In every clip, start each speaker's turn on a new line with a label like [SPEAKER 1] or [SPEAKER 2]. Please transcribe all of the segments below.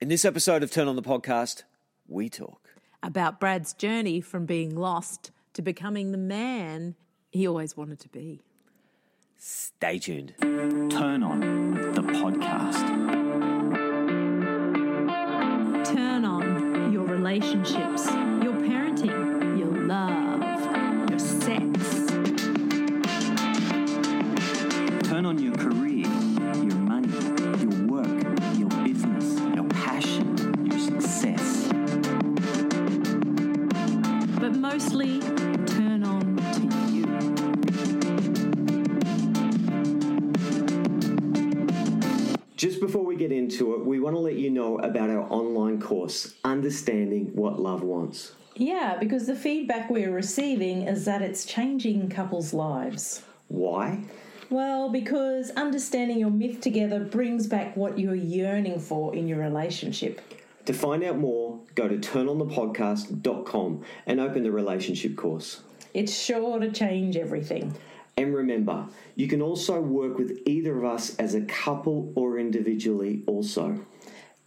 [SPEAKER 1] In this episode of Turn On the Podcast, we talk.
[SPEAKER 2] about Brad's journey from being lost to becoming the man he always wanted to be.
[SPEAKER 1] Stay tuned.
[SPEAKER 3] Turn on the podcast.
[SPEAKER 2] Turn on your relationships, your parenting, your love, your sex.
[SPEAKER 3] Turn on your career, your money, your work, your business, your passion, your success.
[SPEAKER 2] But mostly, turn on to you.
[SPEAKER 4] Just before we get into it, we want to let you know about our online course, Understanding What Love Wants.
[SPEAKER 5] Yeah, because the feedback we're receiving is that it's changing couples' lives.
[SPEAKER 4] Why?
[SPEAKER 5] Well, because understanding your myth together brings back what you're yearning for in your relationship.
[SPEAKER 4] To find out more, go to turnonthepodcast.com and open the relationship course.
[SPEAKER 5] It's sure to change everything.
[SPEAKER 4] And remember, you can also work with either of us as a couple or individually also.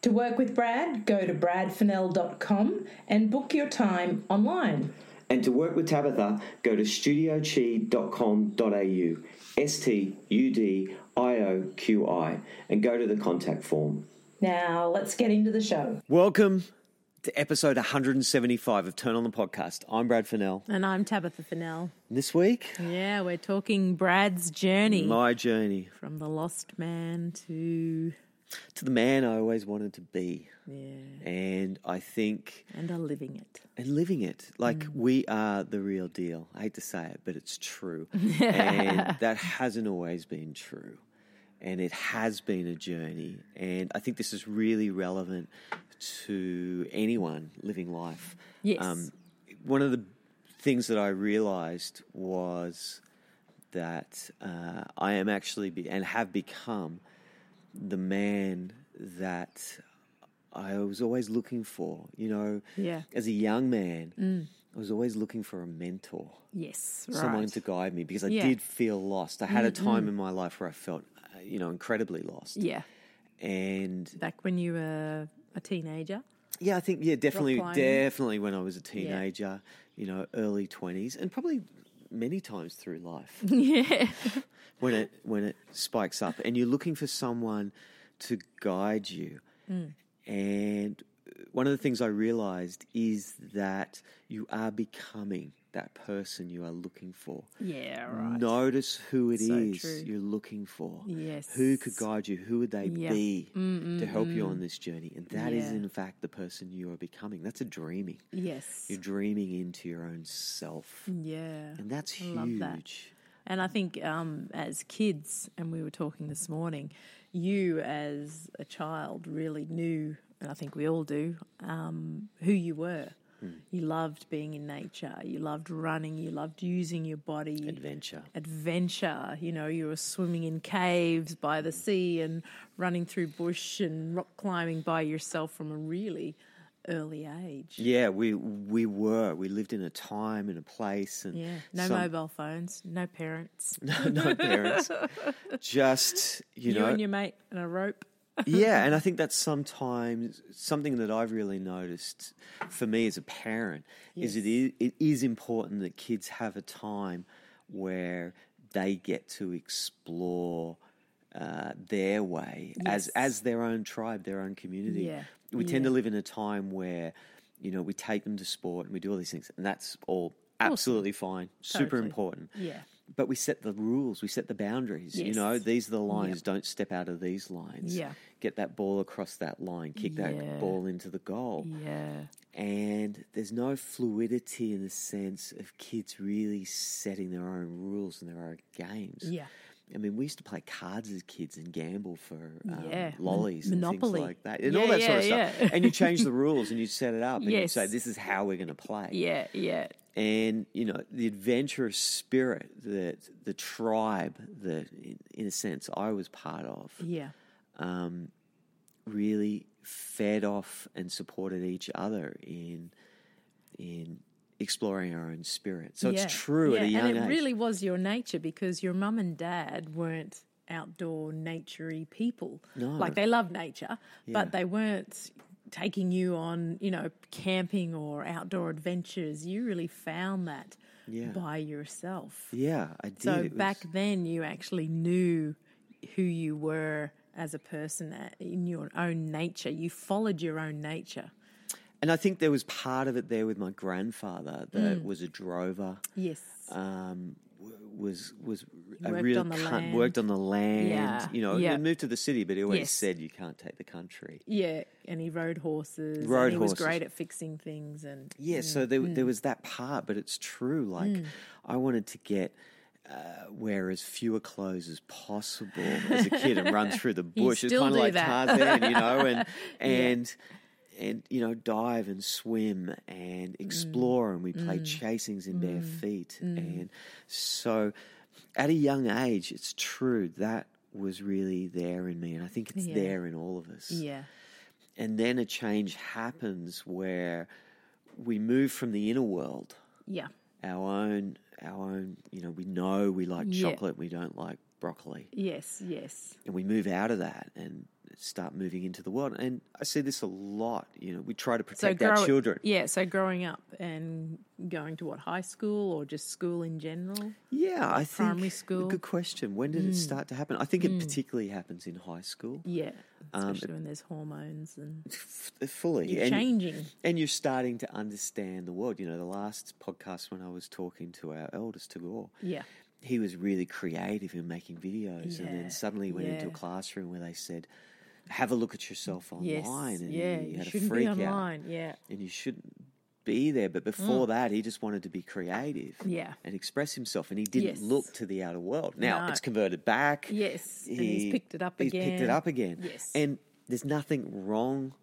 [SPEAKER 5] To work with Brad, go to bradfennell.com and book your time online.
[SPEAKER 4] And to work with Tabitha, go to studiochi.com.au, S T U D I O Q I, and go to the contact form.
[SPEAKER 5] Now, let's get into the show.
[SPEAKER 1] Welcome to episode 175 of Turn On the Podcast. I'm Brad Fennell.
[SPEAKER 2] And I'm Tabitha Fennell.
[SPEAKER 1] And this week,
[SPEAKER 2] Yeah, we're talking Brad's journey
[SPEAKER 1] my journey
[SPEAKER 2] from the lost man to
[SPEAKER 1] to the man I always wanted to be.
[SPEAKER 2] yeah,
[SPEAKER 1] And I think,
[SPEAKER 2] and are living it.
[SPEAKER 1] and living it, like we are the real deal. I hate to say it, but it's true. and that hasn't always been true. And it has been a journey. And I think this is really relevant to anyone living life. Um,
[SPEAKER 2] Yes.
[SPEAKER 1] one of the things that I realized was that uh, I am actually be- and have become the man that I was always looking for. You know,
[SPEAKER 2] Yeah. Mm.
[SPEAKER 1] as a young man, I was always looking for a mentor,
[SPEAKER 2] Yes, right.
[SPEAKER 1] someone to guide me because I
[SPEAKER 2] Yeah. Mm-hmm.
[SPEAKER 1] did feel lost. I had a time in my life where I felt, uh, you know, incredibly lost.
[SPEAKER 2] yeah,
[SPEAKER 1] And
[SPEAKER 2] back when you were a teenager.
[SPEAKER 1] yeah, I think yeah, definitely,
[SPEAKER 2] climbing.
[SPEAKER 1] definitely when I was a teenager, you know, early twenties, and probably many times through life. Yeah, when it when it spikes up, and you're looking for someone to guide you,
[SPEAKER 2] Mm.
[SPEAKER 1] and one of the things I realized is that you are becoming that person you are looking for.
[SPEAKER 2] Yeah, right.
[SPEAKER 1] Notice who it
[SPEAKER 2] So
[SPEAKER 1] is
[SPEAKER 2] true.
[SPEAKER 1] you're looking for.
[SPEAKER 2] Yes.
[SPEAKER 1] Who could guide you? Who would they
[SPEAKER 2] Yeah.
[SPEAKER 1] be to help you on this journey? And that is,
[SPEAKER 2] Yeah.
[SPEAKER 1] in fact, the person you are becoming. That's a dreaming.
[SPEAKER 2] Yes.
[SPEAKER 1] You're dreaming into your own self.
[SPEAKER 2] Yeah.
[SPEAKER 1] And that's huge.
[SPEAKER 2] Mm. Love that. And I think um, as kids, and we were talking this morning, you as a child really knew, and I think we all do, um, who you were.
[SPEAKER 1] Hmm.
[SPEAKER 2] You loved being in nature. You loved running. You loved using your body.
[SPEAKER 1] Adventure.
[SPEAKER 2] Adventure. You know, you were swimming in caves by
[SPEAKER 1] Hmm.
[SPEAKER 2] the sea and running through bush and rock climbing by yourself from a really early age.
[SPEAKER 1] Yeah, we we were. We lived in a time and a place and
[SPEAKER 2] Yeah. No
[SPEAKER 1] some-
[SPEAKER 2] mobile phones, no parents.
[SPEAKER 1] no parents. Just you,
[SPEAKER 2] you
[SPEAKER 1] know
[SPEAKER 2] and your mate and a rope.
[SPEAKER 1] yeah, and I think that's sometimes something that I've really noticed for me as a parent is it is it is important that kids have a time where they get to explore uh, their way as as their own tribe, their own community.
[SPEAKER 2] Yeah.
[SPEAKER 1] We tend to live in a time where you know we take them to sport and we do all these things, and that's all absolutely fine, super
[SPEAKER 2] Totally.
[SPEAKER 1] important
[SPEAKER 2] Yeah.
[SPEAKER 1] but we set the rules, we set the boundaries. You
[SPEAKER 2] Yes.
[SPEAKER 1] know, these are the lines. Don't step out of these lines.
[SPEAKER 2] Yeah.
[SPEAKER 1] Get that ball across that line. Kick
[SPEAKER 2] Yeah.
[SPEAKER 1] that ball into the goal.
[SPEAKER 2] Yeah.
[SPEAKER 1] And there's no fluidity in the sense of kids really setting their own rules and their own games.
[SPEAKER 2] Yeah.
[SPEAKER 1] I mean, we used to play cards as kids and gamble for um,
[SPEAKER 2] Yeah. Mon-
[SPEAKER 1] lollies
[SPEAKER 2] Monopoly.
[SPEAKER 1] and things like that, and
[SPEAKER 2] Yeah,
[SPEAKER 1] all that sort of
[SPEAKER 2] yeah,
[SPEAKER 1] stuff.
[SPEAKER 2] yeah.
[SPEAKER 1] and you change the rules and you set it up, and you
[SPEAKER 2] Yes.
[SPEAKER 1] say, "This is how we're going to play."
[SPEAKER 2] Yeah. Yeah.
[SPEAKER 1] and you know the adventurous spirit that the tribe that in, in a sense i was part of
[SPEAKER 2] Yeah.
[SPEAKER 1] really fed off and supported each other in in exploring our own spirit so
[SPEAKER 2] yeah.
[SPEAKER 1] it's true at a
[SPEAKER 2] Yeah,
[SPEAKER 1] young
[SPEAKER 2] And it
[SPEAKER 1] age
[SPEAKER 2] really was your nature because your mum and dad weren't outdoor naturey people.
[SPEAKER 1] No.
[SPEAKER 2] Like they loved nature, but they weren't taking you on, you know, camping or outdoor adventures. You really found that
[SPEAKER 1] Yeah.
[SPEAKER 2] by yourself.
[SPEAKER 1] Yeah, I did.
[SPEAKER 2] So
[SPEAKER 1] It was-
[SPEAKER 2] back then, you actually knew who you were as a person uh, in your own nature. You followed your own nature.
[SPEAKER 1] and I think there was part of it there with my grandfather that
[SPEAKER 2] Mm.
[SPEAKER 1] was a drover.
[SPEAKER 2] Yes.
[SPEAKER 1] um, w- was was a
[SPEAKER 2] Worked
[SPEAKER 1] real
[SPEAKER 2] on the
[SPEAKER 1] cunt-
[SPEAKER 2] land.
[SPEAKER 1] worked on the land.
[SPEAKER 2] Yeah,
[SPEAKER 1] You know,
[SPEAKER 2] yeah.
[SPEAKER 1] he moved to the city, but he always
[SPEAKER 2] Yes.
[SPEAKER 1] said you can't take the country.
[SPEAKER 2] yeah, and he rode horses.
[SPEAKER 1] Rode
[SPEAKER 2] and he
[SPEAKER 1] horses.
[SPEAKER 2] was great at fixing things, and
[SPEAKER 1] Yeah, so there
[SPEAKER 2] mm.
[SPEAKER 1] there was that part, but it's true. Like I wanted to get. Uh, wear as fewer clothes as possible as a kid and run through the bush. It's
[SPEAKER 2] still
[SPEAKER 1] kind of
[SPEAKER 2] do
[SPEAKER 1] like
[SPEAKER 2] that.
[SPEAKER 1] Tarzan, you know, and and and you know, dive and swim
[SPEAKER 2] Mm.
[SPEAKER 1] and explore, and we play chasings in bare feet. And so, at a young age, it's true that was really there in me, and I think it's
[SPEAKER 2] Yeah.
[SPEAKER 1] there in all of us
[SPEAKER 2] yeah,
[SPEAKER 1] and then a change happens where we move from the inner world
[SPEAKER 2] yeah,
[SPEAKER 1] our own our own you know we know we like
[SPEAKER 2] Yeah.
[SPEAKER 1] chocolate we don't like broccoli
[SPEAKER 2] yes, yes,
[SPEAKER 1] and we move out of that and start moving into the world and i see this a lot you know we try to protect our
[SPEAKER 2] grow-
[SPEAKER 1] children
[SPEAKER 2] Yeah, so growing up and going to what high school or just school in general.
[SPEAKER 1] yeah i think
[SPEAKER 2] Primary school. Mm.
[SPEAKER 1] good question when did it start to happen i think it particularly happens in high school
[SPEAKER 2] Yeah, especially when there's hormones and
[SPEAKER 1] F- fully
[SPEAKER 2] you're
[SPEAKER 1] Um, And-
[SPEAKER 2] changing.
[SPEAKER 1] And you're starting to understand the world. You know, the last podcast when I was talking to our eldest, Tagore,
[SPEAKER 2] Yeah,
[SPEAKER 1] he was really creative in making videos and
[SPEAKER 2] Yeah,
[SPEAKER 1] then suddenly went into a
[SPEAKER 2] yeah.
[SPEAKER 1] classroom where they said have a look at yourself
[SPEAKER 2] yes,
[SPEAKER 1] online and
[SPEAKER 2] yeah.
[SPEAKER 1] he
[SPEAKER 2] You
[SPEAKER 1] had a
[SPEAKER 2] shouldn't
[SPEAKER 1] freak
[SPEAKER 2] be
[SPEAKER 1] out
[SPEAKER 2] online. Yeah,
[SPEAKER 1] and you shouldn't be there but before that he just wanted to be creative
[SPEAKER 2] Yeah.
[SPEAKER 1] and express himself and he didn't
[SPEAKER 2] Yes.
[SPEAKER 1] look to the outer world now
[SPEAKER 2] No.
[SPEAKER 1] it's converted back
[SPEAKER 2] yes, and he's picked it up again.
[SPEAKER 1] he's picked it up again
[SPEAKER 2] Yes.
[SPEAKER 1] and there's nothing wrong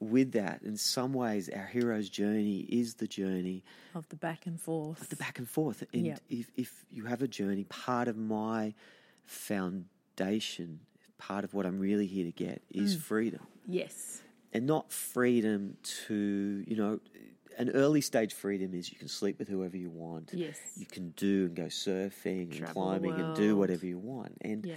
[SPEAKER 1] with that in some ways our hero's journey is the journey
[SPEAKER 2] of the back and forth.
[SPEAKER 1] the back and forth. And
[SPEAKER 2] Yeah.
[SPEAKER 1] if, if you have a journey, part of my foundation, part of what I'm really here to get
[SPEAKER 2] Mm.
[SPEAKER 1] is freedom.
[SPEAKER 2] Yes.
[SPEAKER 1] And not freedom to, you know, an early stage freedom is you can sleep with whoever you want.
[SPEAKER 2] Yes.
[SPEAKER 1] You can do and go surfing and
[SPEAKER 2] Travel the
[SPEAKER 1] climbing and do
[SPEAKER 2] world.
[SPEAKER 1] whatever you want. And
[SPEAKER 2] Yeah.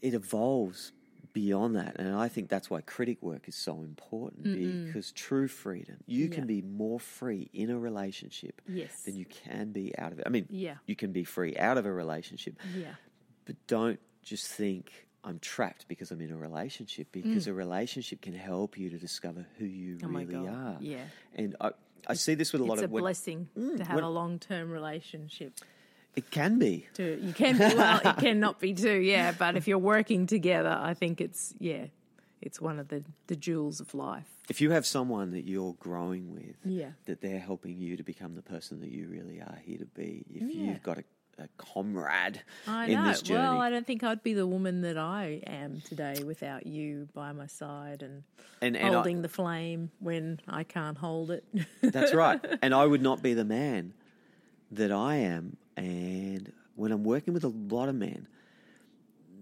[SPEAKER 1] it evolves beyond that. And I think that's why critic work is so important because true freedom, you can be more free in a relationship
[SPEAKER 2] Yes.
[SPEAKER 1] than you can be out of it. I mean,
[SPEAKER 2] Yeah.
[SPEAKER 1] you can be free out of a relationship,
[SPEAKER 2] Yeah.
[SPEAKER 1] but don't just think I'm trapped because I'm in a relationship because a relationship can help you to discover who you
[SPEAKER 2] Mm. Oh my
[SPEAKER 1] really
[SPEAKER 2] God,
[SPEAKER 1] are.
[SPEAKER 2] yeah.
[SPEAKER 1] And I, I see this with a lot
[SPEAKER 2] It's a
[SPEAKER 1] of when-
[SPEAKER 2] blessing to have
[SPEAKER 1] when-
[SPEAKER 2] a long term relationship.
[SPEAKER 1] it can be.
[SPEAKER 2] To you can be well, it cannot be too, yeah. But if you're working together, I think it's yeah, it's one of the, the jewels of life.
[SPEAKER 1] If you have someone that you're growing with,
[SPEAKER 2] Yeah.
[SPEAKER 1] that they're helping you to become the person that you really are here to be, if
[SPEAKER 2] Yeah.
[SPEAKER 1] you've got a, a comrade
[SPEAKER 2] I
[SPEAKER 1] in
[SPEAKER 2] know.
[SPEAKER 1] this journey,
[SPEAKER 2] Well, I don't think I'd be the woman that I am today without you by my side and,
[SPEAKER 1] and, and I,
[SPEAKER 2] holding the flame when I can't hold it.
[SPEAKER 1] that's right, and I would not be the man that I am. And when I'm working with a lot of men,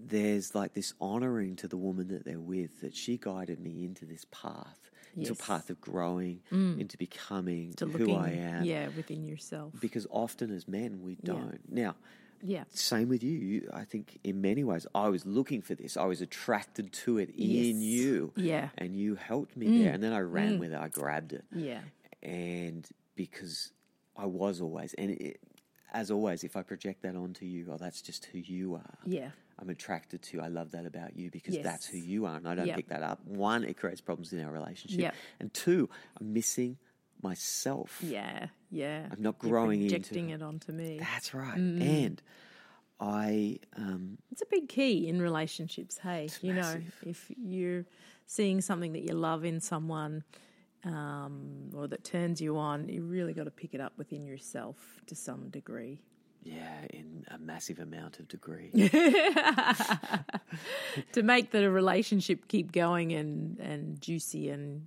[SPEAKER 1] there's like this honoring to the woman that they're with that she guided me into this path, into a
[SPEAKER 2] Yes. Mm.
[SPEAKER 1] path of growing, into becoming
[SPEAKER 2] to
[SPEAKER 1] who
[SPEAKER 2] looking,
[SPEAKER 1] I am.
[SPEAKER 2] yeah, within yourself.
[SPEAKER 1] Because often as men we don't. Now,
[SPEAKER 2] yeah,
[SPEAKER 1] same with you. you. I think in many ways, I was looking for this. I was attracted to it in
[SPEAKER 2] Yes.
[SPEAKER 1] you.
[SPEAKER 2] Yeah. Mm.
[SPEAKER 1] And you helped me there. And then I ran with it. I grabbed it.
[SPEAKER 2] yeah,
[SPEAKER 1] And because I was always, and it, as always, if I project that onto you, oh, that's just who you are.
[SPEAKER 2] yeah.
[SPEAKER 1] I'm attracted to. I love that about you because
[SPEAKER 2] Yes.
[SPEAKER 1] that's who you are, and I don't
[SPEAKER 2] Yep.
[SPEAKER 1] pick that up. One, it creates problems in our relationship,
[SPEAKER 2] Yep.
[SPEAKER 1] and two, I'm missing myself.
[SPEAKER 2] Yeah, yeah.
[SPEAKER 1] I'm not
[SPEAKER 2] You're
[SPEAKER 1] growing into
[SPEAKER 2] projecting it Mm-hmm. onto me.
[SPEAKER 1] That's right. And I, um,
[SPEAKER 2] It's a big key in relationships. Hey, you know, if you're seeing something that you love in someone um, or that turns you on, you really got to pick it up within yourself to some degree.
[SPEAKER 1] Yeah, in a massive amount of degree.
[SPEAKER 2] to make the relationship keep going and, and juicy and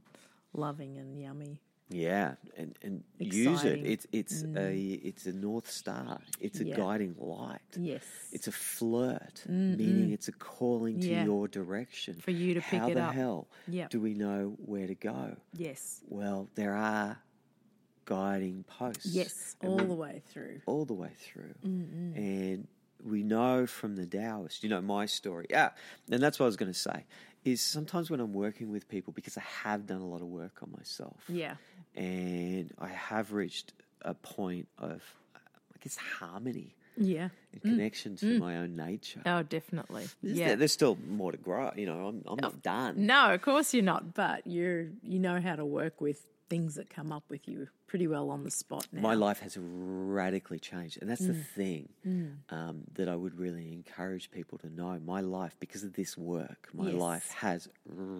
[SPEAKER 2] loving and yummy.
[SPEAKER 1] yeah, and and use it.
[SPEAKER 2] Exciting.
[SPEAKER 1] It's it's a it's a north star. It's a
[SPEAKER 2] Yeah.
[SPEAKER 1] guiding light.
[SPEAKER 2] Yes.
[SPEAKER 1] It's a flirt, meaning it's a calling to
[SPEAKER 2] Yeah.
[SPEAKER 1] your direction.
[SPEAKER 2] For you to pick
[SPEAKER 1] How
[SPEAKER 2] it
[SPEAKER 1] the
[SPEAKER 2] up.
[SPEAKER 1] hell
[SPEAKER 2] Yep.
[SPEAKER 1] do we know where to go?
[SPEAKER 2] yes.
[SPEAKER 1] Well, there are guiding posts.
[SPEAKER 2] Yes.
[SPEAKER 1] and
[SPEAKER 2] All
[SPEAKER 1] we-
[SPEAKER 2] the way through.
[SPEAKER 1] all the way through. And we know from the Taoist, you know, my story. Yeah. And that's what I was going to say is sometimes when I'm working with people, because I have done a lot of work on myself.
[SPEAKER 2] Yeah.
[SPEAKER 1] And I have reached a point of, I guess, harmony
[SPEAKER 2] Yeah.
[SPEAKER 1] and connection to
[SPEAKER 2] Mm.
[SPEAKER 1] my own nature.
[SPEAKER 2] Oh, definitely.
[SPEAKER 1] Yeah.
[SPEAKER 2] Yeah.
[SPEAKER 1] There's still more to grow. You know, I'm, I'm not done.
[SPEAKER 2] No, of course you're not, but you you know how to work with things that come up with you pretty well on the spot now.
[SPEAKER 1] my life has radically changed. And that's
[SPEAKER 2] Mm.
[SPEAKER 1] the thing um, that I would really encourage people to know. My life, because of this work, my
[SPEAKER 2] Yes.
[SPEAKER 1] life has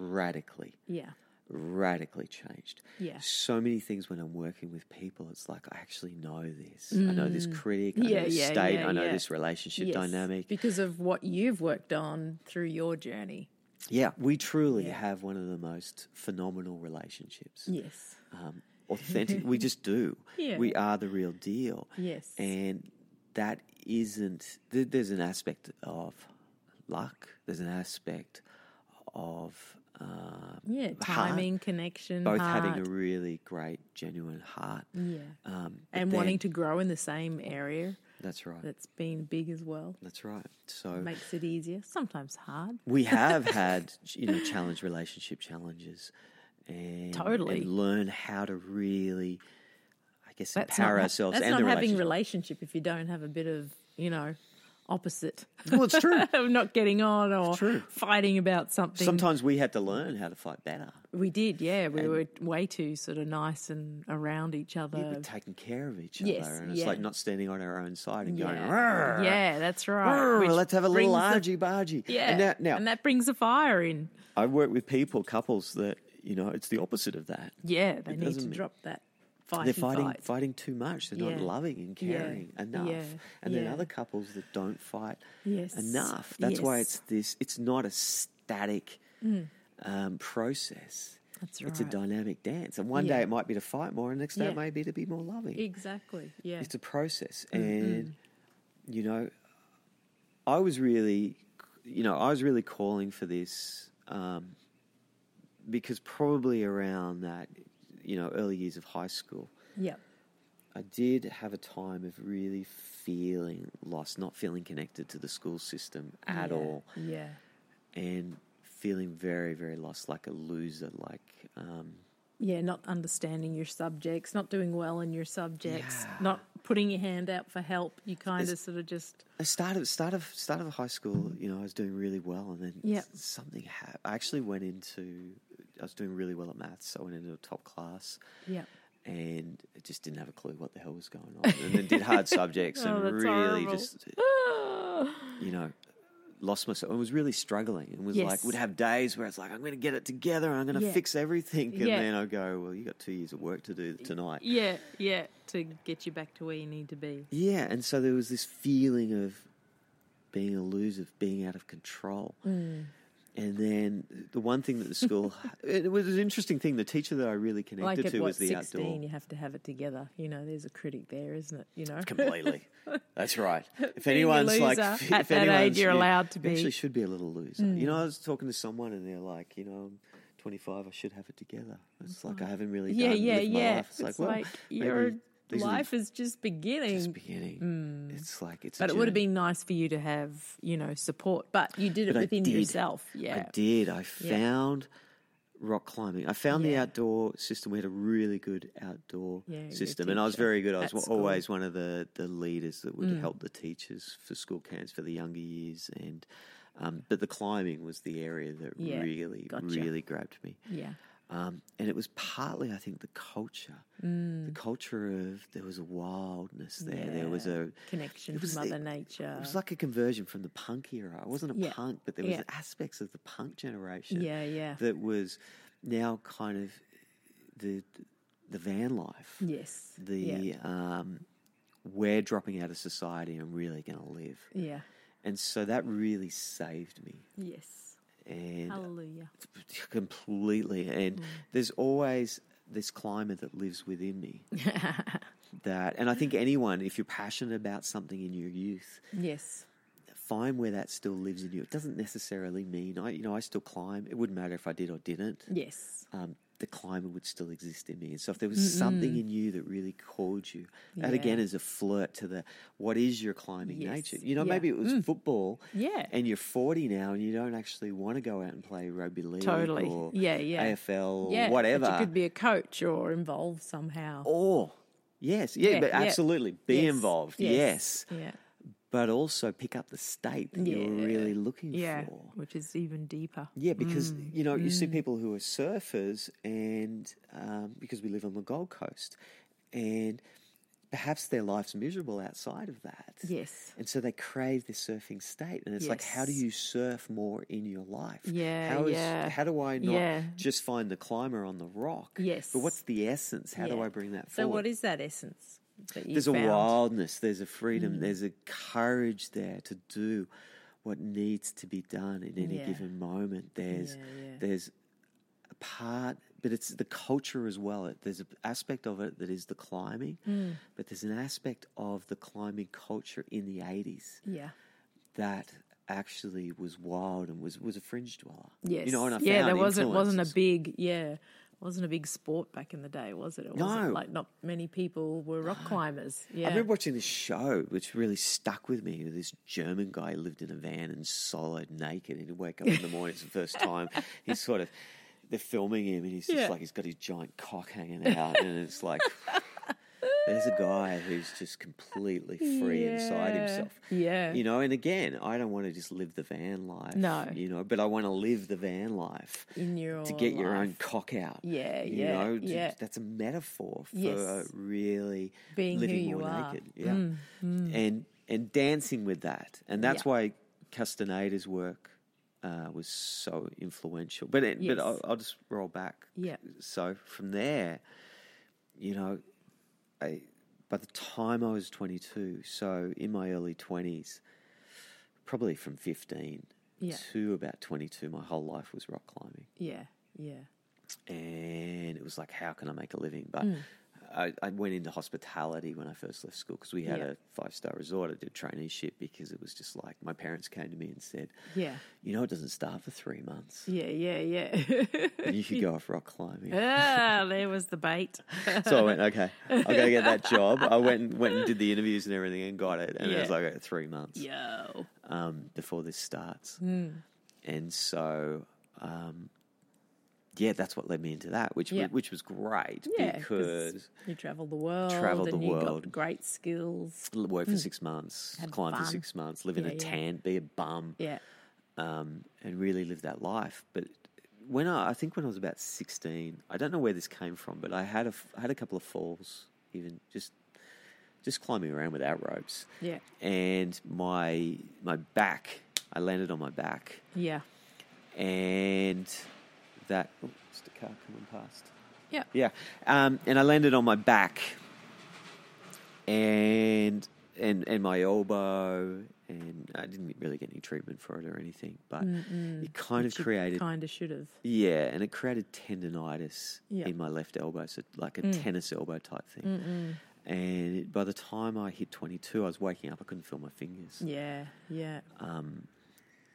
[SPEAKER 1] radically,
[SPEAKER 2] yeah.
[SPEAKER 1] radically changed.
[SPEAKER 2] Yeah.
[SPEAKER 1] So many things when I'm working with people, it's like, I actually know this. I know this critic. I
[SPEAKER 2] Mm. Yeah,
[SPEAKER 1] know this
[SPEAKER 2] yeah,
[SPEAKER 1] state.
[SPEAKER 2] yeah,
[SPEAKER 1] I know
[SPEAKER 2] yeah.
[SPEAKER 1] this relationship
[SPEAKER 2] Yes,
[SPEAKER 1] dynamic.
[SPEAKER 2] Because of what you've worked on through your journey.
[SPEAKER 1] yeah. We truly have one of the most phenomenal relationships.
[SPEAKER 2] Yes.
[SPEAKER 1] um, authentic. we just do.
[SPEAKER 2] Yeah.
[SPEAKER 1] We are the real deal.
[SPEAKER 2] Yes.
[SPEAKER 1] And that isn't, th- there's an aspect of luck, there's an aspect of um,
[SPEAKER 2] Yeah.
[SPEAKER 1] heart.
[SPEAKER 2] Timing, connection,
[SPEAKER 1] both
[SPEAKER 2] heart,
[SPEAKER 1] having a really great, genuine heart.
[SPEAKER 2] yeah.
[SPEAKER 1] Um, but
[SPEAKER 2] and wanting
[SPEAKER 1] then-
[SPEAKER 2] to grow in the same area
[SPEAKER 1] That's right.
[SPEAKER 2] that's been big as well.
[SPEAKER 1] That's right. So
[SPEAKER 2] Makes it easier. Sometimes hard.
[SPEAKER 1] we have had, you know, challenge relationship challenges. And,
[SPEAKER 2] Totally.
[SPEAKER 1] and learn how to really, I guess,
[SPEAKER 2] That's
[SPEAKER 1] empower
[SPEAKER 2] not,
[SPEAKER 1] ourselves
[SPEAKER 2] That's
[SPEAKER 1] and
[SPEAKER 2] not
[SPEAKER 1] the
[SPEAKER 2] having
[SPEAKER 1] relationship.
[SPEAKER 2] relationship if you don't have a bit of, you know, opposite.
[SPEAKER 1] well, it's true.
[SPEAKER 2] of not getting on or
[SPEAKER 1] true.
[SPEAKER 2] fighting about something.
[SPEAKER 1] Sometimes we had to learn how to fight better.
[SPEAKER 2] we did, yeah. We were way too sort of nice and around each
[SPEAKER 1] We're
[SPEAKER 2] other.
[SPEAKER 1] taking care of each
[SPEAKER 2] yes,
[SPEAKER 1] other, and it's
[SPEAKER 2] yeah.
[SPEAKER 1] like not standing on our own side and going,
[SPEAKER 2] Yeah,
[SPEAKER 1] "Rrr,
[SPEAKER 2] yeah that's right.
[SPEAKER 1] rrr,
[SPEAKER 2] which
[SPEAKER 1] let's have a little
[SPEAKER 2] brings the-
[SPEAKER 1] argy bargy.
[SPEAKER 2] yeah,
[SPEAKER 1] And now, now
[SPEAKER 2] and that brings the fire in.
[SPEAKER 1] I work with people, couples that you know it's the opposite of that.
[SPEAKER 2] Yeah, they need to
[SPEAKER 1] doesn't mean-
[SPEAKER 2] drop that fight.
[SPEAKER 1] They're
[SPEAKER 2] and
[SPEAKER 1] fighting,
[SPEAKER 2] fight.
[SPEAKER 1] fighting too much. They're not
[SPEAKER 2] Yeah.
[SPEAKER 1] loving and
[SPEAKER 2] Yeah.
[SPEAKER 1] caring enough.
[SPEAKER 2] Yeah.
[SPEAKER 1] And then
[SPEAKER 2] Yeah.
[SPEAKER 1] other couples that don't fight
[SPEAKER 2] Yes.
[SPEAKER 1] enough. That's why
[SPEAKER 2] Yes. Mm.
[SPEAKER 1] it's this. It's not a static um, process.
[SPEAKER 2] That's
[SPEAKER 1] It's a
[SPEAKER 2] right.
[SPEAKER 1] dynamic dance, and one
[SPEAKER 2] Yeah.
[SPEAKER 1] day it might be to fight more, and next day
[SPEAKER 2] Yeah.
[SPEAKER 1] it may be to be more loving.
[SPEAKER 2] Exactly. Yeah. Mm,
[SPEAKER 1] it's a process and you know i was really you know i was really calling for this um, because probably around that you know early years of high school
[SPEAKER 2] Yep.
[SPEAKER 1] i did have a time of really feeling lost not feeling connected to the school system at
[SPEAKER 2] yeah.
[SPEAKER 1] all
[SPEAKER 2] Yeah.
[SPEAKER 1] and feeling very very lost like a loser like um,
[SPEAKER 2] Yeah, not understanding your subjects, not doing well in your subjects,
[SPEAKER 1] Yeah.
[SPEAKER 2] not putting your hand out for help. You kind of sort of just
[SPEAKER 1] I started start of start of high school. You know, I was doing really well, and then
[SPEAKER 2] Yep.
[SPEAKER 1] s- something happened. I actually went into I was doing really well at maths, so I went into a top class,
[SPEAKER 2] yeah.
[SPEAKER 1] and I just didn't have a clue what the hell was going on. And then did hard subjects,
[SPEAKER 2] Oh,
[SPEAKER 1] and
[SPEAKER 2] that's
[SPEAKER 1] really
[SPEAKER 2] horrible.
[SPEAKER 1] just
[SPEAKER 2] Ah!
[SPEAKER 1] you know lost myself. and was really struggling, and was like
[SPEAKER 2] Yes.
[SPEAKER 1] would have days where it's like I'm going to get it together, and I'm going to
[SPEAKER 2] Yeah.
[SPEAKER 1] fix everything, and
[SPEAKER 2] Yeah.
[SPEAKER 1] then I go, well, you got two years of work to do tonight.
[SPEAKER 2] Yeah, yeah, to get you back to where you need to be.
[SPEAKER 1] Yeah, and so there was this feeling of being a loser, of being out of control.
[SPEAKER 2] Mm.
[SPEAKER 1] And then the one thing that the school, it was an interesting thing. The teacher that I really
[SPEAKER 2] Like
[SPEAKER 1] connected
[SPEAKER 2] at
[SPEAKER 1] to
[SPEAKER 2] what,
[SPEAKER 1] was the
[SPEAKER 2] 16,
[SPEAKER 1] outdoor.
[SPEAKER 2] you have to have it together. You know, there's a critic there, isn't it? You know?
[SPEAKER 1] Completely. That's right. If
[SPEAKER 2] Being a
[SPEAKER 1] anyone's like,
[SPEAKER 2] loser.
[SPEAKER 1] if
[SPEAKER 2] At that
[SPEAKER 1] anyone's-
[SPEAKER 2] age, you're allowed to
[SPEAKER 1] you Actually,
[SPEAKER 2] be. Mm.
[SPEAKER 1] should be a little loser. You know, I was talking to someone, and they're like, you know, I'm 25. I should have it together. It's like I haven't really.
[SPEAKER 2] yeah,
[SPEAKER 1] done,
[SPEAKER 2] yeah,
[SPEAKER 1] lived my
[SPEAKER 2] yeah.
[SPEAKER 1] Life. It's, like, well, maybe
[SPEAKER 2] your
[SPEAKER 1] these are the-
[SPEAKER 2] life is just beginning.
[SPEAKER 1] It's beginning. It's like it's. a
[SPEAKER 2] but it would have
[SPEAKER 1] journey.
[SPEAKER 2] been nice for you to have, you know, support. But you did it
[SPEAKER 1] But I
[SPEAKER 2] within
[SPEAKER 1] did.
[SPEAKER 2] yourself. Yeah.
[SPEAKER 1] I did. I found rock climbing. I found the
[SPEAKER 2] Yeah.
[SPEAKER 1] outdoor system. We had a really good outdoor
[SPEAKER 2] Yeah, your
[SPEAKER 1] system, and I was
[SPEAKER 2] teacher Mm.
[SPEAKER 1] very good. I was
[SPEAKER 2] at
[SPEAKER 1] wa- always one of the the leaders that would help the teachers for school camps for the younger years, and um, but the climbing was the area that
[SPEAKER 2] Yeah,
[SPEAKER 1] really,
[SPEAKER 2] gotcha.
[SPEAKER 1] really grabbed me.
[SPEAKER 2] Yeah.
[SPEAKER 1] Um, and it was partly, I think, the culture. The culture of there was a wildness there. There was
[SPEAKER 2] Mm. Yeah.
[SPEAKER 1] a
[SPEAKER 2] Connection
[SPEAKER 1] it
[SPEAKER 2] to
[SPEAKER 1] was-
[SPEAKER 2] Mother
[SPEAKER 1] it-
[SPEAKER 2] Nature.
[SPEAKER 1] it was like a conversion from the punk era. I wasn't a
[SPEAKER 2] Yeah.
[SPEAKER 1] punk, but there was
[SPEAKER 2] Yeah.
[SPEAKER 1] aspects of the punk generation.
[SPEAKER 2] Yeah, yeah.
[SPEAKER 1] That was now kind of the the van life.
[SPEAKER 2] yes.
[SPEAKER 1] The
[SPEAKER 2] yeah.
[SPEAKER 1] um, we're dropping out of society and really going to live.
[SPEAKER 2] yeah.
[SPEAKER 1] And so that really saved me.
[SPEAKER 2] Yes.
[SPEAKER 1] And uh,
[SPEAKER 2] Hallelujah.
[SPEAKER 1] completely. And
[SPEAKER 2] Mm.
[SPEAKER 1] there's always this climate that lives within me. that, and I think anyone, if you're passionate about something in your youth,
[SPEAKER 2] Yes.
[SPEAKER 1] find where that still lives in you. It doesn't necessarily mean I, you know, I still climb. It wouldn't matter if I did or didn't.
[SPEAKER 2] Yes.
[SPEAKER 1] Um, the climber would still exist in me. And so if there was something in you that really called you, that
[SPEAKER 2] Yeah.
[SPEAKER 1] again is a flirt to the what is your climbing
[SPEAKER 2] Yes.
[SPEAKER 1] nature. You know,
[SPEAKER 2] Yeah. Mm.
[SPEAKER 1] maybe it was football.
[SPEAKER 2] Yeah.
[SPEAKER 1] And you're 40 now and you don't actually want to go out and play rugby league
[SPEAKER 2] Totally.
[SPEAKER 1] or
[SPEAKER 2] Yeah, yeah.
[SPEAKER 1] AFL
[SPEAKER 2] yeah,
[SPEAKER 1] or whatever.
[SPEAKER 2] But you could be a coach or involved somehow.
[SPEAKER 1] or yes, yeah,
[SPEAKER 2] Yeah,
[SPEAKER 1] but
[SPEAKER 2] yeah.
[SPEAKER 1] absolutely be
[SPEAKER 2] Yes,
[SPEAKER 1] involved.
[SPEAKER 2] yes,
[SPEAKER 1] Yes.
[SPEAKER 2] Yeah.
[SPEAKER 1] But also pick up the state that you're
[SPEAKER 2] Yeah.
[SPEAKER 1] really looking
[SPEAKER 2] Yeah.
[SPEAKER 1] for.
[SPEAKER 2] Which is even deeper.
[SPEAKER 1] Yeah, because
[SPEAKER 2] Mm,
[SPEAKER 1] you know you see people who are surfers, and um, because we live on the Gold Coast, and perhaps their life's miserable outside of that.
[SPEAKER 2] Yes.
[SPEAKER 1] and so they crave this surfing state, and it's like, how do
[SPEAKER 2] Yes.
[SPEAKER 1] you surf more in your life?
[SPEAKER 2] Yeah,
[SPEAKER 1] how is
[SPEAKER 2] yeah.
[SPEAKER 1] how do I not
[SPEAKER 2] Yeah.
[SPEAKER 1] just find the climber on the rock?
[SPEAKER 2] Yes.
[SPEAKER 1] but what's the essence? How do
[SPEAKER 2] Yeah.
[SPEAKER 1] I bring that
[SPEAKER 2] So
[SPEAKER 1] forward?
[SPEAKER 2] what is that essence? That you
[SPEAKER 1] there's
[SPEAKER 2] found? Mm.
[SPEAKER 1] a wildness, there's a freedom, there's a courage there to do what needs to be done in any
[SPEAKER 2] Yeah.
[SPEAKER 1] given moment. There's
[SPEAKER 2] Yeah, yeah.
[SPEAKER 1] there's a part, but it's the culture as well. It- There's an aspect of it that is the climbing,
[SPEAKER 2] Mm.
[SPEAKER 1] but there's an aspect of the climbing culture in the 80s
[SPEAKER 2] Yeah.
[SPEAKER 1] that actually was wild and was was a fringe dweller.
[SPEAKER 2] Yes.
[SPEAKER 1] you know, and I
[SPEAKER 2] yeah,
[SPEAKER 1] found
[SPEAKER 2] there wasn't wasn't
[SPEAKER 1] influences.
[SPEAKER 2] a big yeah. Wasn't a big sport back in the day, was it? It
[SPEAKER 1] No.
[SPEAKER 2] wasn't like not many people were rock climbers. Yeah.
[SPEAKER 1] I remember watching this show, which really stuck with me. This German guy lived in a van and soloed naked, and he'd wake up in the morning. It's the first time he's sort of they're filming him, and he's just
[SPEAKER 2] Yeah.
[SPEAKER 1] like he's got his giant cock hanging out, and it's like there's a guy who's just completely free inside
[SPEAKER 2] Yeah.
[SPEAKER 1] himself.
[SPEAKER 2] Yeah.
[SPEAKER 1] you know. And again, I don't want to just live the van life.
[SPEAKER 2] No.
[SPEAKER 1] you know, but I want to live the van life
[SPEAKER 2] in your
[SPEAKER 1] to get your
[SPEAKER 2] life.
[SPEAKER 1] own cock out.
[SPEAKER 2] Yeah,
[SPEAKER 1] you
[SPEAKER 2] yeah,
[SPEAKER 1] know, j-
[SPEAKER 2] yeah.
[SPEAKER 1] That's a metaphor for
[SPEAKER 2] Yes.
[SPEAKER 1] really
[SPEAKER 2] Being who
[SPEAKER 1] living
[SPEAKER 2] you
[SPEAKER 1] more
[SPEAKER 2] are. Mm,
[SPEAKER 1] naked. Yeah, and and dancing with that, and that's
[SPEAKER 2] Yeah.
[SPEAKER 1] why Castaneda's work uh, was so influential. But it,
[SPEAKER 2] Yes.
[SPEAKER 1] but I'll, I'll just roll back.
[SPEAKER 2] Yeah.
[SPEAKER 1] So from there, you know, I by the time I was twenty two, so in my early twenties, probably from fifteen.
[SPEAKER 2] Yeah.
[SPEAKER 1] To about 22, my whole life was rock climbing
[SPEAKER 2] Yeah, yeah.
[SPEAKER 1] and it was like, how can I make a living?
[SPEAKER 2] Mm.
[SPEAKER 1] But I, I went into hospitality when I first left school because we had
[SPEAKER 2] Yeah.
[SPEAKER 1] a five star resort. I did traineeship because it was just like my parents came to me and said,
[SPEAKER 2] Yeah.
[SPEAKER 1] you know, it doesn't start for three months.
[SPEAKER 2] Yeah, yeah, yeah.
[SPEAKER 1] And you could go off rock climbing.
[SPEAKER 2] ah, there was the bait.
[SPEAKER 1] so I went, okay, I'll go get that job. I went and, went and did the interviews and everything and got it. And it was
[SPEAKER 2] Yeah. Mm.
[SPEAKER 1] like three months
[SPEAKER 2] Yo.
[SPEAKER 1] um, before this starts. And so, um, yeah, that's what led me into that, which
[SPEAKER 2] Yeah.
[SPEAKER 1] which was great
[SPEAKER 2] Yeah,
[SPEAKER 1] because
[SPEAKER 2] you travel the world,
[SPEAKER 1] Travel the
[SPEAKER 2] and you
[SPEAKER 1] world.
[SPEAKER 2] got great skills.
[SPEAKER 1] l- work for six months,
[SPEAKER 2] Had
[SPEAKER 1] climb for
[SPEAKER 2] Mm. fun.
[SPEAKER 1] six months, live in
[SPEAKER 2] Yeah,
[SPEAKER 1] a
[SPEAKER 2] yeah.
[SPEAKER 1] tent, be a bum,
[SPEAKER 2] Yeah,
[SPEAKER 1] um, and really live that life. But when I, I think when I was about sixteen, I don't know where this came from, but I had a f- I had a couple of falls, even just just climbing around without ropes,
[SPEAKER 2] yeah,
[SPEAKER 1] and my my back, I landed on my back,
[SPEAKER 2] yeah,
[SPEAKER 1] and that oh, just a car coming past.
[SPEAKER 2] yeah.
[SPEAKER 1] Yeah. Um, and I landed on my back and and and my elbow and I didn't really get any treatment for it or anything, but it kind of created
[SPEAKER 2] Kind of should have.
[SPEAKER 1] yeah, and it created tendonitis
[SPEAKER 2] Yeah. Mm.
[SPEAKER 1] in my left elbow, so like a tennis elbow type thing. And it, by the time I hit 22, I was waking up, I couldn't feel my fingers
[SPEAKER 2] Yeah, yeah,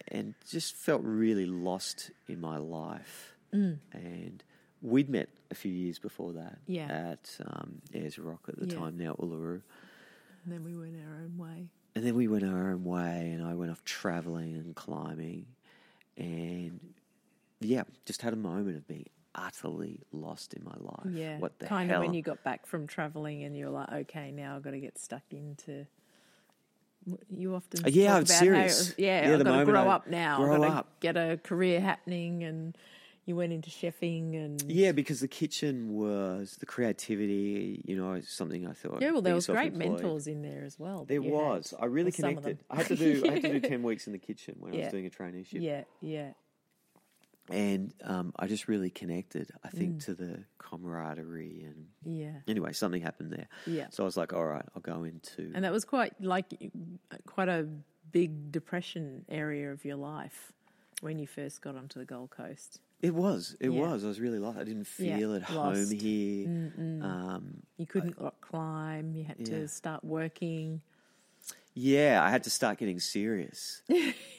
[SPEAKER 1] and just felt really lost in my life.
[SPEAKER 2] Mm.
[SPEAKER 1] And we'd met a few years before that
[SPEAKER 2] Yeah.
[SPEAKER 1] at um, Ayers Rock at the
[SPEAKER 2] Yeah.
[SPEAKER 1] time, now Uluru.
[SPEAKER 2] and then we went our own way.
[SPEAKER 1] And then we went our own way, and I went off traveling and climbing. And yeah, just had a moment of being utterly lost in my life.
[SPEAKER 2] Yeah,
[SPEAKER 1] What the
[SPEAKER 2] kind
[SPEAKER 1] hell?
[SPEAKER 2] of when you got back from traveling, and you're like, okay, now I've got to get stuck into. You often
[SPEAKER 1] Uh, yeah,
[SPEAKER 2] talk
[SPEAKER 1] I'm
[SPEAKER 2] about how it
[SPEAKER 1] serious.
[SPEAKER 2] was- yeah,
[SPEAKER 1] Yeah,
[SPEAKER 2] I've
[SPEAKER 1] the
[SPEAKER 2] got to
[SPEAKER 1] moment
[SPEAKER 2] grow
[SPEAKER 1] I
[SPEAKER 2] up now.
[SPEAKER 1] grow
[SPEAKER 2] I've got
[SPEAKER 1] up.
[SPEAKER 2] to get a career happening, and you went into chefing and
[SPEAKER 1] Yeah, because the kitchen was the creativity, you know, something I thought.
[SPEAKER 2] Yeah, well, there
[SPEAKER 1] being
[SPEAKER 2] was great
[SPEAKER 1] self-employed.
[SPEAKER 2] mentors in there as well. that
[SPEAKER 1] There
[SPEAKER 2] you had,
[SPEAKER 1] was. I really
[SPEAKER 2] or some of them.
[SPEAKER 1] connected. I had to do. I had to do ten weeks in the kitchen when I
[SPEAKER 2] Yeah.
[SPEAKER 1] was doing a traineeship,
[SPEAKER 2] yeah, yeah,
[SPEAKER 1] and um, I just really connected. I think
[SPEAKER 2] Mm.
[SPEAKER 1] to the camaraderie and
[SPEAKER 2] yeah,
[SPEAKER 1] anyway, something happened there.
[SPEAKER 2] Yeah.
[SPEAKER 1] So I was like, all right, I'll go into.
[SPEAKER 2] and that was quite like uh, quite a big depression area of your life when you first got onto the Gold Coast.
[SPEAKER 1] it was. It
[SPEAKER 2] Yeah.
[SPEAKER 1] was. I was really lost. I didn't
[SPEAKER 2] Yeah,
[SPEAKER 1] feel at
[SPEAKER 2] lost.
[SPEAKER 1] home here. Um,
[SPEAKER 2] You couldn't rock climb. You had
[SPEAKER 1] Yeah.
[SPEAKER 2] to start working.
[SPEAKER 1] yeah, I had to start getting serious.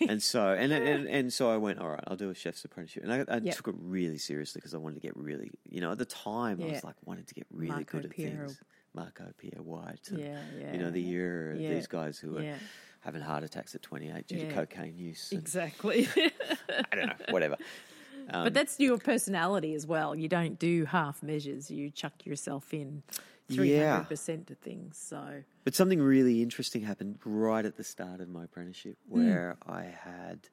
[SPEAKER 1] and so and, and and so I went, all right, I'll do a chef's apprenticeship. And I, I
[SPEAKER 2] Yep.
[SPEAKER 1] took it really seriously because I wanted to get really, you know, at the time I
[SPEAKER 2] Yeah.
[SPEAKER 1] was like wanted to get really
[SPEAKER 2] Marco
[SPEAKER 1] good at
[SPEAKER 2] Pierre.
[SPEAKER 1] things. Marco Pierre White, and,
[SPEAKER 2] Yeah,
[SPEAKER 1] you know,
[SPEAKER 2] yeah.
[SPEAKER 1] the year
[SPEAKER 2] Yeah.
[SPEAKER 1] these guys who were
[SPEAKER 2] Yeah.
[SPEAKER 1] having heart attacks at 28 due to
[SPEAKER 2] Yeah.
[SPEAKER 1] cocaine use. And,
[SPEAKER 2] Exactly.
[SPEAKER 1] I don't know, whatever. Um,
[SPEAKER 2] but that's your personality as well. You don't do half measures. You chuck yourself in three
[SPEAKER 1] Yeah.
[SPEAKER 2] hundred percent to things. So
[SPEAKER 1] But something really interesting happened right at the start of my apprenticeship,
[SPEAKER 2] Mm.
[SPEAKER 1] where I had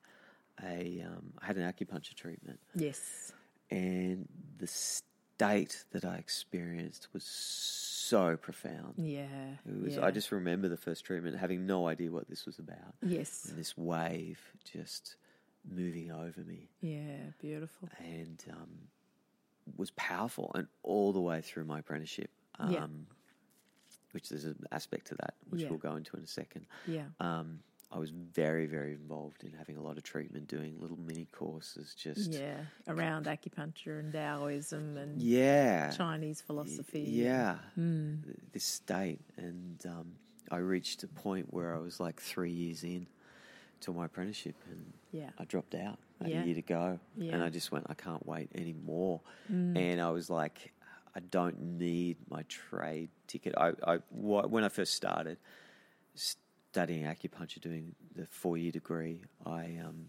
[SPEAKER 1] a um, I had an acupuncture treatment,
[SPEAKER 2] yes,
[SPEAKER 1] and the state that I experienced was so profound.
[SPEAKER 2] yeah,
[SPEAKER 1] It was,
[SPEAKER 2] yeah.
[SPEAKER 1] I just remember the first treatment having no idea what this was about,
[SPEAKER 2] yes,
[SPEAKER 1] and this wave just moving over me,
[SPEAKER 2] yeah, beautiful.
[SPEAKER 1] and um, was powerful, and all the way through my apprenticeship. Um,
[SPEAKER 2] Yeah.
[SPEAKER 1] Which there's an aspect to that, which
[SPEAKER 2] Yeah.
[SPEAKER 1] we'll go into in a second.
[SPEAKER 2] Yeah,
[SPEAKER 1] um, I was very, very involved in having a lot of treatment, doing little mini courses, just
[SPEAKER 2] yeah. Around acupuncture and Taoism and
[SPEAKER 1] yeah,
[SPEAKER 2] Chinese philosophy. Hmm.
[SPEAKER 1] yeah, this state, and um, I reached a point where I was like three years in to my apprenticeship, and
[SPEAKER 2] Yeah.
[SPEAKER 1] I dropped out. I had
[SPEAKER 2] Yeah.
[SPEAKER 1] a year to go, and
[SPEAKER 2] Yeah. Hmm.
[SPEAKER 1] I just went, I can't wait anymore, and I was like. I don't need my trade ticket. I, I wh- when I first started, studying acupuncture, doing the four year degree, I um,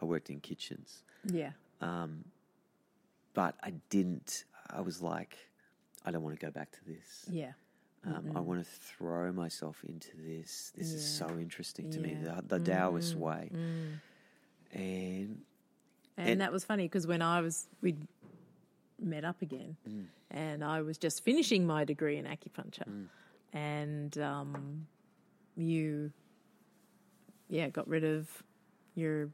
[SPEAKER 1] I worked in kitchens,
[SPEAKER 2] yeah,
[SPEAKER 1] but I didn't. I was like, I don't want to go back to this.
[SPEAKER 2] yeah,
[SPEAKER 1] Um, I want to throw myself into this. This is
[SPEAKER 2] Mm. Yeah.
[SPEAKER 1] so interesting to me,
[SPEAKER 2] Yeah. Mm-hmm. Mm.
[SPEAKER 1] the, the Taoist way. And
[SPEAKER 2] And,
[SPEAKER 1] And-
[SPEAKER 2] that was funny because when I was, we'd met up again, and I was just finishing my degree in acupuncture, and um, you, yeah, got rid of your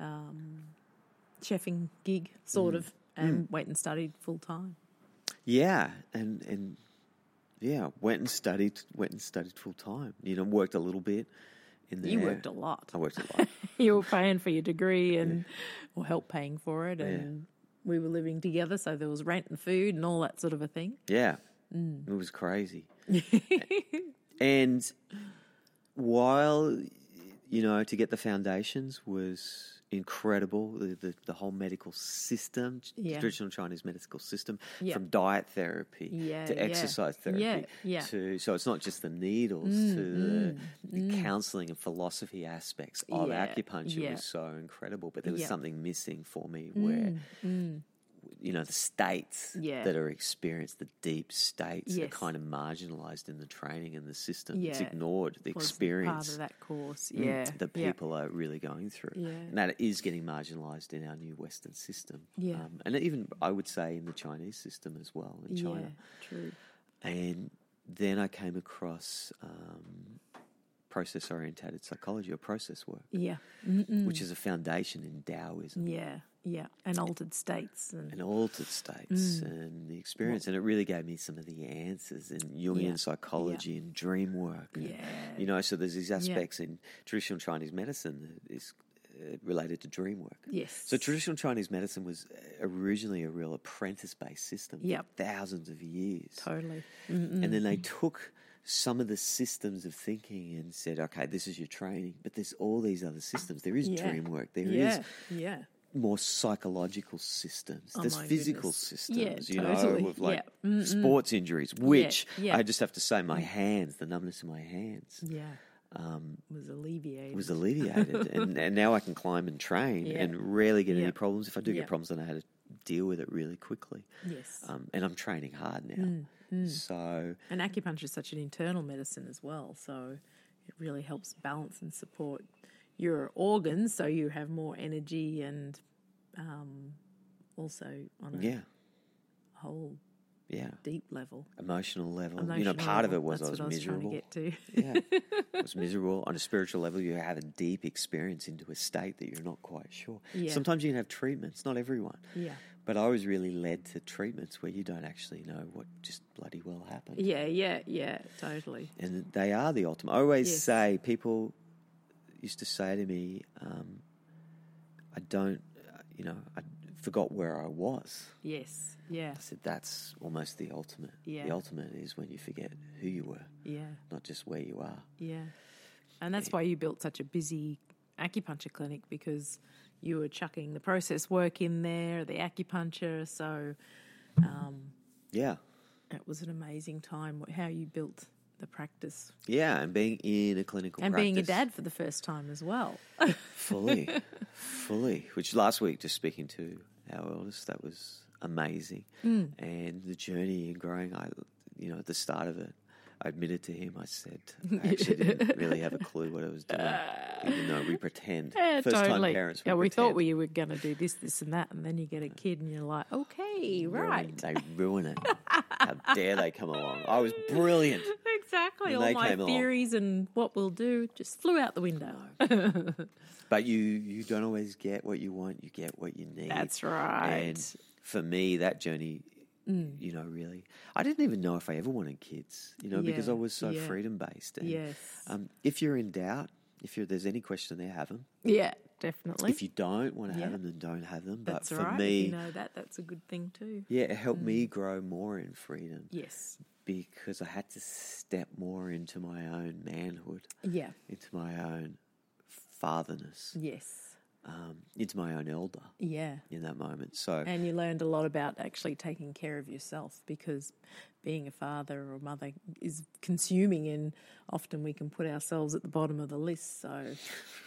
[SPEAKER 2] um, chefing gig, sort of, and went and studied full time.
[SPEAKER 1] yeah, and and yeah, went and studied, went and studied full time. You know, worked a little bit. In there.
[SPEAKER 2] You worked a lot.
[SPEAKER 1] I worked a lot.
[SPEAKER 2] you were paying for your degree and or help paying for it, and we were living together, so there was rent and food and all that sort of a thing.
[SPEAKER 1] Yeah.
[SPEAKER 2] Mm.
[SPEAKER 1] It was crazy. and while, you know, to get the foundations was incredible, the, the, the whole medical system, ch-
[SPEAKER 2] Yeah.
[SPEAKER 1] traditional Chinese medical system,
[SPEAKER 2] Yeah.
[SPEAKER 1] from diet therapy
[SPEAKER 2] Yeah,
[SPEAKER 1] to
[SPEAKER 2] yeah.
[SPEAKER 1] exercise therapy
[SPEAKER 2] Yeah, yeah. Mm,
[SPEAKER 1] to, so it's not just the needles, to the, the counseling and philosophy aspects of
[SPEAKER 2] Yeah,
[SPEAKER 1] acupuncture
[SPEAKER 2] yeah.
[SPEAKER 1] was so incredible. But there was
[SPEAKER 2] Yeah. Mm.
[SPEAKER 1] something missing for me where you know the states
[SPEAKER 2] Yeah.
[SPEAKER 1] that are experienced, the deep states, are
[SPEAKER 2] Yes.
[SPEAKER 1] kind of marginalised in the training and the system. It's
[SPEAKER 2] Yeah.
[SPEAKER 1] ignored the
[SPEAKER 2] was part
[SPEAKER 1] experience
[SPEAKER 2] of that course. Yeah,
[SPEAKER 1] that
[SPEAKER 2] yeah.
[SPEAKER 1] people are really going through,
[SPEAKER 2] Yeah.
[SPEAKER 1] and that is getting marginalised in our new Western system. Um,
[SPEAKER 2] Yeah.
[SPEAKER 1] and even I would say in the Chinese system as well in China.
[SPEAKER 2] Yeah, true.
[SPEAKER 1] And then I came across um, process oriented psychology or process work,
[SPEAKER 2] Yeah, Mm.
[SPEAKER 1] which is a foundation in Taoism.
[SPEAKER 2] yeah, yeah, and altered states and
[SPEAKER 1] and altered states
[SPEAKER 2] Mm.
[SPEAKER 1] and the experience. And it really gave me some of the answers in Jungian
[SPEAKER 2] Yeah.
[SPEAKER 1] psychology and dream work. and,
[SPEAKER 2] Yeah.
[SPEAKER 1] you know, so there's these aspects in traditional Chinese medicine that is uh, related to dream work.
[SPEAKER 2] Yes.
[SPEAKER 1] So traditional Chinese medicine was uh, originally a real apprentice based system
[SPEAKER 2] Yep. mm-hmm,
[SPEAKER 1] for thousands of years.
[SPEAKER 2] totally.
[SPEAKER 1] And then they took some of the systems of thinking and said, okay, this is your training, but there's all these other systems. There is
[SPEAKER 2] Yeah.
[SPEAKER 1] dream work. There is
[SPEAKER 2] yeah, yeah,
[SPEAKER 1] more psychological systems. There's
[SPEAKER 2] Oh my
[SPEAKER 1] physical
[SPEAKER 2] goodness.
[SPEAKER 1] systems,
[SPEAKER 2] Yeah,
[SPEAKER 1] you
[SPEAKER 2] totally.
[SPEAKER 1] know, with like
[SPEAKER 2] Yeah. Mm,
[SPEAKER 1] sports injuries, which
[SPEAKER 2] yeah. Mm.
[SPEAKER 1] I just have to say, my hands, the numbness in my hands
[SPEAKER 2] yeah. Um, was alleviated.
[SPEAKER 1] was alleviated. and, and now I can climb and train
[SPEAKER 2] Yeah.
[SPEAKER 1] and rarely get
[SPEAKER 2] Yeah.
[SPEAKER 1] any problems. If I do
[SPEAKER 2] Yeah.
[SPEAKER 1] get problems, then I had to deal with it really quickly.
[SPEAKER 2] yes,
[SPEAKER 1] Um, and I'm training hard now.
[SPEAKER 2] Mm,
[SPEAKER 1] So,
[SPEAKER 2] and acupuncture is such an internal medicine as well, so it really helps balance and support your organs, so you have more energy and um, also on a
[SPEAKER 1] yeah,
[SPEAKER 2] whole
[SPEAKER 1] yeah.
[SPEAKER 2] deep level.
[SPEAKER 1] Emotional level. Um, you know,
[SPEAKER 2] emotional
[SPEAKER 1] part of it
[SPEAKER 2] level.
[SPEAKER 1] was
[SPEAKER 2] That's
[SPEAKER 1] I was
[SPEAKER 2] what
[SPEAKER 1] miserable.
[SPEAKER 2] I was trying to get to.
[SPEAKER 1] yeah, it was miserable. On a spiritual level, you have a deep experience into a state that you're not quite sure.
[SPEAKER 2] Yeah.
[SPEAKER 1] Sometimes you can have treatments, not everyone.
[SPEAKER 2] Yeah.
[SPEAKER 1] But I was really led to treatments where you don't actually know what just bloody well happened.
[SPEAKER 2] Yeah, yeah, yeah, totally.
[SPEAKER 1] And they are the ultimate. I always
[SPEAKER 2] Yes.
[SPEAKER 1] say, people used to say to me, um, I don't, uh, you know, I forgot where I was.
[SPEAKER 2] Yes, yeah,
[SPEAKER 1] I said, that's almost the ultimate.
[SPEAKER 2] Yeah.
[SPEAKER 1] The ultimate is when you forget who you were,
[SPEAKER 2] yeah,
[SPEAKER 1] not just where you are.
[SPEAKER 2] yeah, And that's why you built such a busy acupuncture clinic because you were chucking the process work in there, the acupuncture. So
[SPEAKER 1] Yeah.
[SPEAKER 2] it was an amazing time wh- how you built the practice
[SPEAKER 1] Yeah, and being in a clinical
[SPEAKER 2] and being a
[SPEAKER 1] practice.
[SPEAKER 2] dad for the first time as well.
[SPEAKER 1] fully, fully. Which last week, just speaking to our eldest, that was amazing,
[SPEAKER 2] Mm.
[SPEAKER 1] and the journey and growing. I, you know, at the start of it, I admitted to him. I said, I actually didn't really have a clue what I was doing, even though we pretend
[SPEAKER 2] Yeah,
[SPEAKER 1] first
[SPEAKER 2] totally.
[SPEAKER 1] time parents.
[SPEAKER 2] yeah, we thought
[SPEAKER 1] pretend.
[SPEAKER 2] we were going to do this, this, and that, and then you get a kid, and you're like, okay,
[SPEAKER 1] Ruin-
[SPEAKER 2] right,
[SPEAKER 1] They ruin it. How dare they come along? I was brilliant. When
[SPEAKER 2] exactly. All
[SPEAKER 1] they
[SPEAKER 2] my
[SPEAKER 1] came along.
[SPEAKER 2] theories and what we'll do just flew out the window.
[SPEAKER 1] But you you don't always get what you want. You get what you need.
[SPEAKER 2] That's right. Mm.
[SPEAKER 1] And for me, that journey, you know, really, I didn't even know if I ever wanted kids. You know, because I
[SPEAKER 2] Yeah,
[SPEAKER 1] was so
[SPEAKER 2] yeah.
[SPEAKER 1] freedom based.
[SPEAKER 2] Yes.
[SPEAKER 1] Um, if you're in doubt, if you're, there's any question there, have them.
[SPEAKER 2] yeah, definitely.
[SPEAKER 1] If you don't want to have
[SPEAKER 2] Yeah.
[SPEAKER 1] them, then don't have them. But
[SPEAKER 2] that's
[SPEAKER 1] for
[SPEAKER 2] right.
[SPEAKER 1] me,
[SPEAKER 2] if you know Mm. that that's a good thing too.
[SPEAKER 1] yeah, it helped me grow more in freedom
[SPEAKER 2] Yes.
[SPEAKER 1] because I had to step more into my own manhood,
[SPEAKER 2] Yeah.
[SPEAKER 1] into my own fatherness,
[SPEAKER 2] Mm. Yes.
[SPEAKER 1] um, into my own elder
[SPEAKER 2] Yeah.
[SPEAKER 1] in that moment. So
[SPEAKER 2] And you learned a lot about actually taking care of yourself because being a father or mother is consuming, and often we can put ourselves at the bottom of the list. So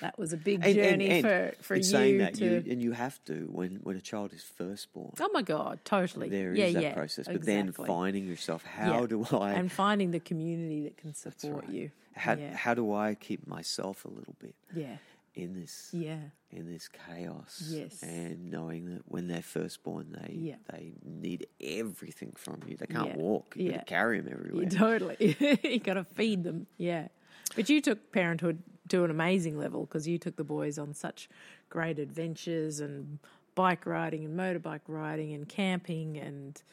[SPEAKER 2] that was a big
[SPEAKER 1] and, and-
[SPEAKER 2] journey
[SPEAKER 1] and
[SPEAKER 2] for, for
[SPEAKER 1] in
[SPEAKER 2] you
[SPEAKER 1] saying that,
[SPEAKER 2] to.
[SPEAKER 1] you and you have to when when a child is first born.
[SPEAKER 2] oh my God, totally.
[SPEAKER 1] There is
[SPEAKER 2] yeah,
[SPEAKER 1] that
[SPEAKER 2] yeah,
[SPEAKER 1] process, but
[SPEAKER 2] exactly.
[SPEAKER 1] then finding yourself. How
[SPEAKER 2] Yeah.
[SPEAKER 1] do I?
[SPEAKER 2] And finding the community that can support
[SPEAKER 1] right.
[SPEAKER 2] you.
[SPEAKER 1] how,
[SPEAKER 2] yeah.
[SPEAKER 1] how do I keep myself a little bit
[SPEAKER 2] yeah.
[SPEAKER 1] in this
[SPEAKER 2] Yeah.
[SPEAKER 1] in this chaos?
[SPEAKER 2] Yes.
[SPEAKER 1] and knowing that when they're first born, they
[SPEAKER 2] Yeah.
[SPEAKER 1] they need everything from you. They can't
[SPEAKER 2] Yeah.
[SPEAKER 1] walk. You
[SPEAKER 2] Yeah.
[SPEAKER 1] gotta carry them everywhere.
[SPEAKER 2] You totally. you got to feed them. Yeah. But you took parenthood to an amazing level because you took the boys on such great adventures and bike riding and motorbike riding and camping and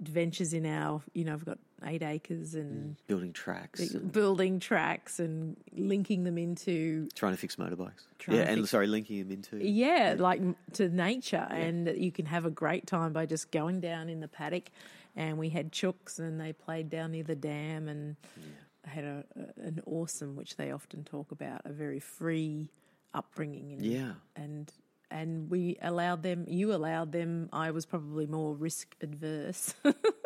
[SPEAKER 2] adventures in our, you know, I've got eight acres and
[SPEAKER 1] Building tracks, and
[SPEAKER 2] building tracks and linking them into,
[SPEAKER 1] trying to fix motorbikes.
[SPEAKER 2] Trying
[SPEAKER 1] Yeah,
[SPEAKER 2] to
[SPEAKER 1] and
[SPEAKER 2] fix-
[SPEAKER 1] sorry, linking them into.
[SPEAKER 2] yeah, like m- to nature and that you can have a great time by just going down in the paddock. And we had chooks and they played down near the dam and. had a, a- an awesome, which they often talk about, a very free upbringing. And,
[SPEAKER 1] Yeah.
[SPEAKER 2] and and we allowed them. You allowed them. I was probably more risk adverse,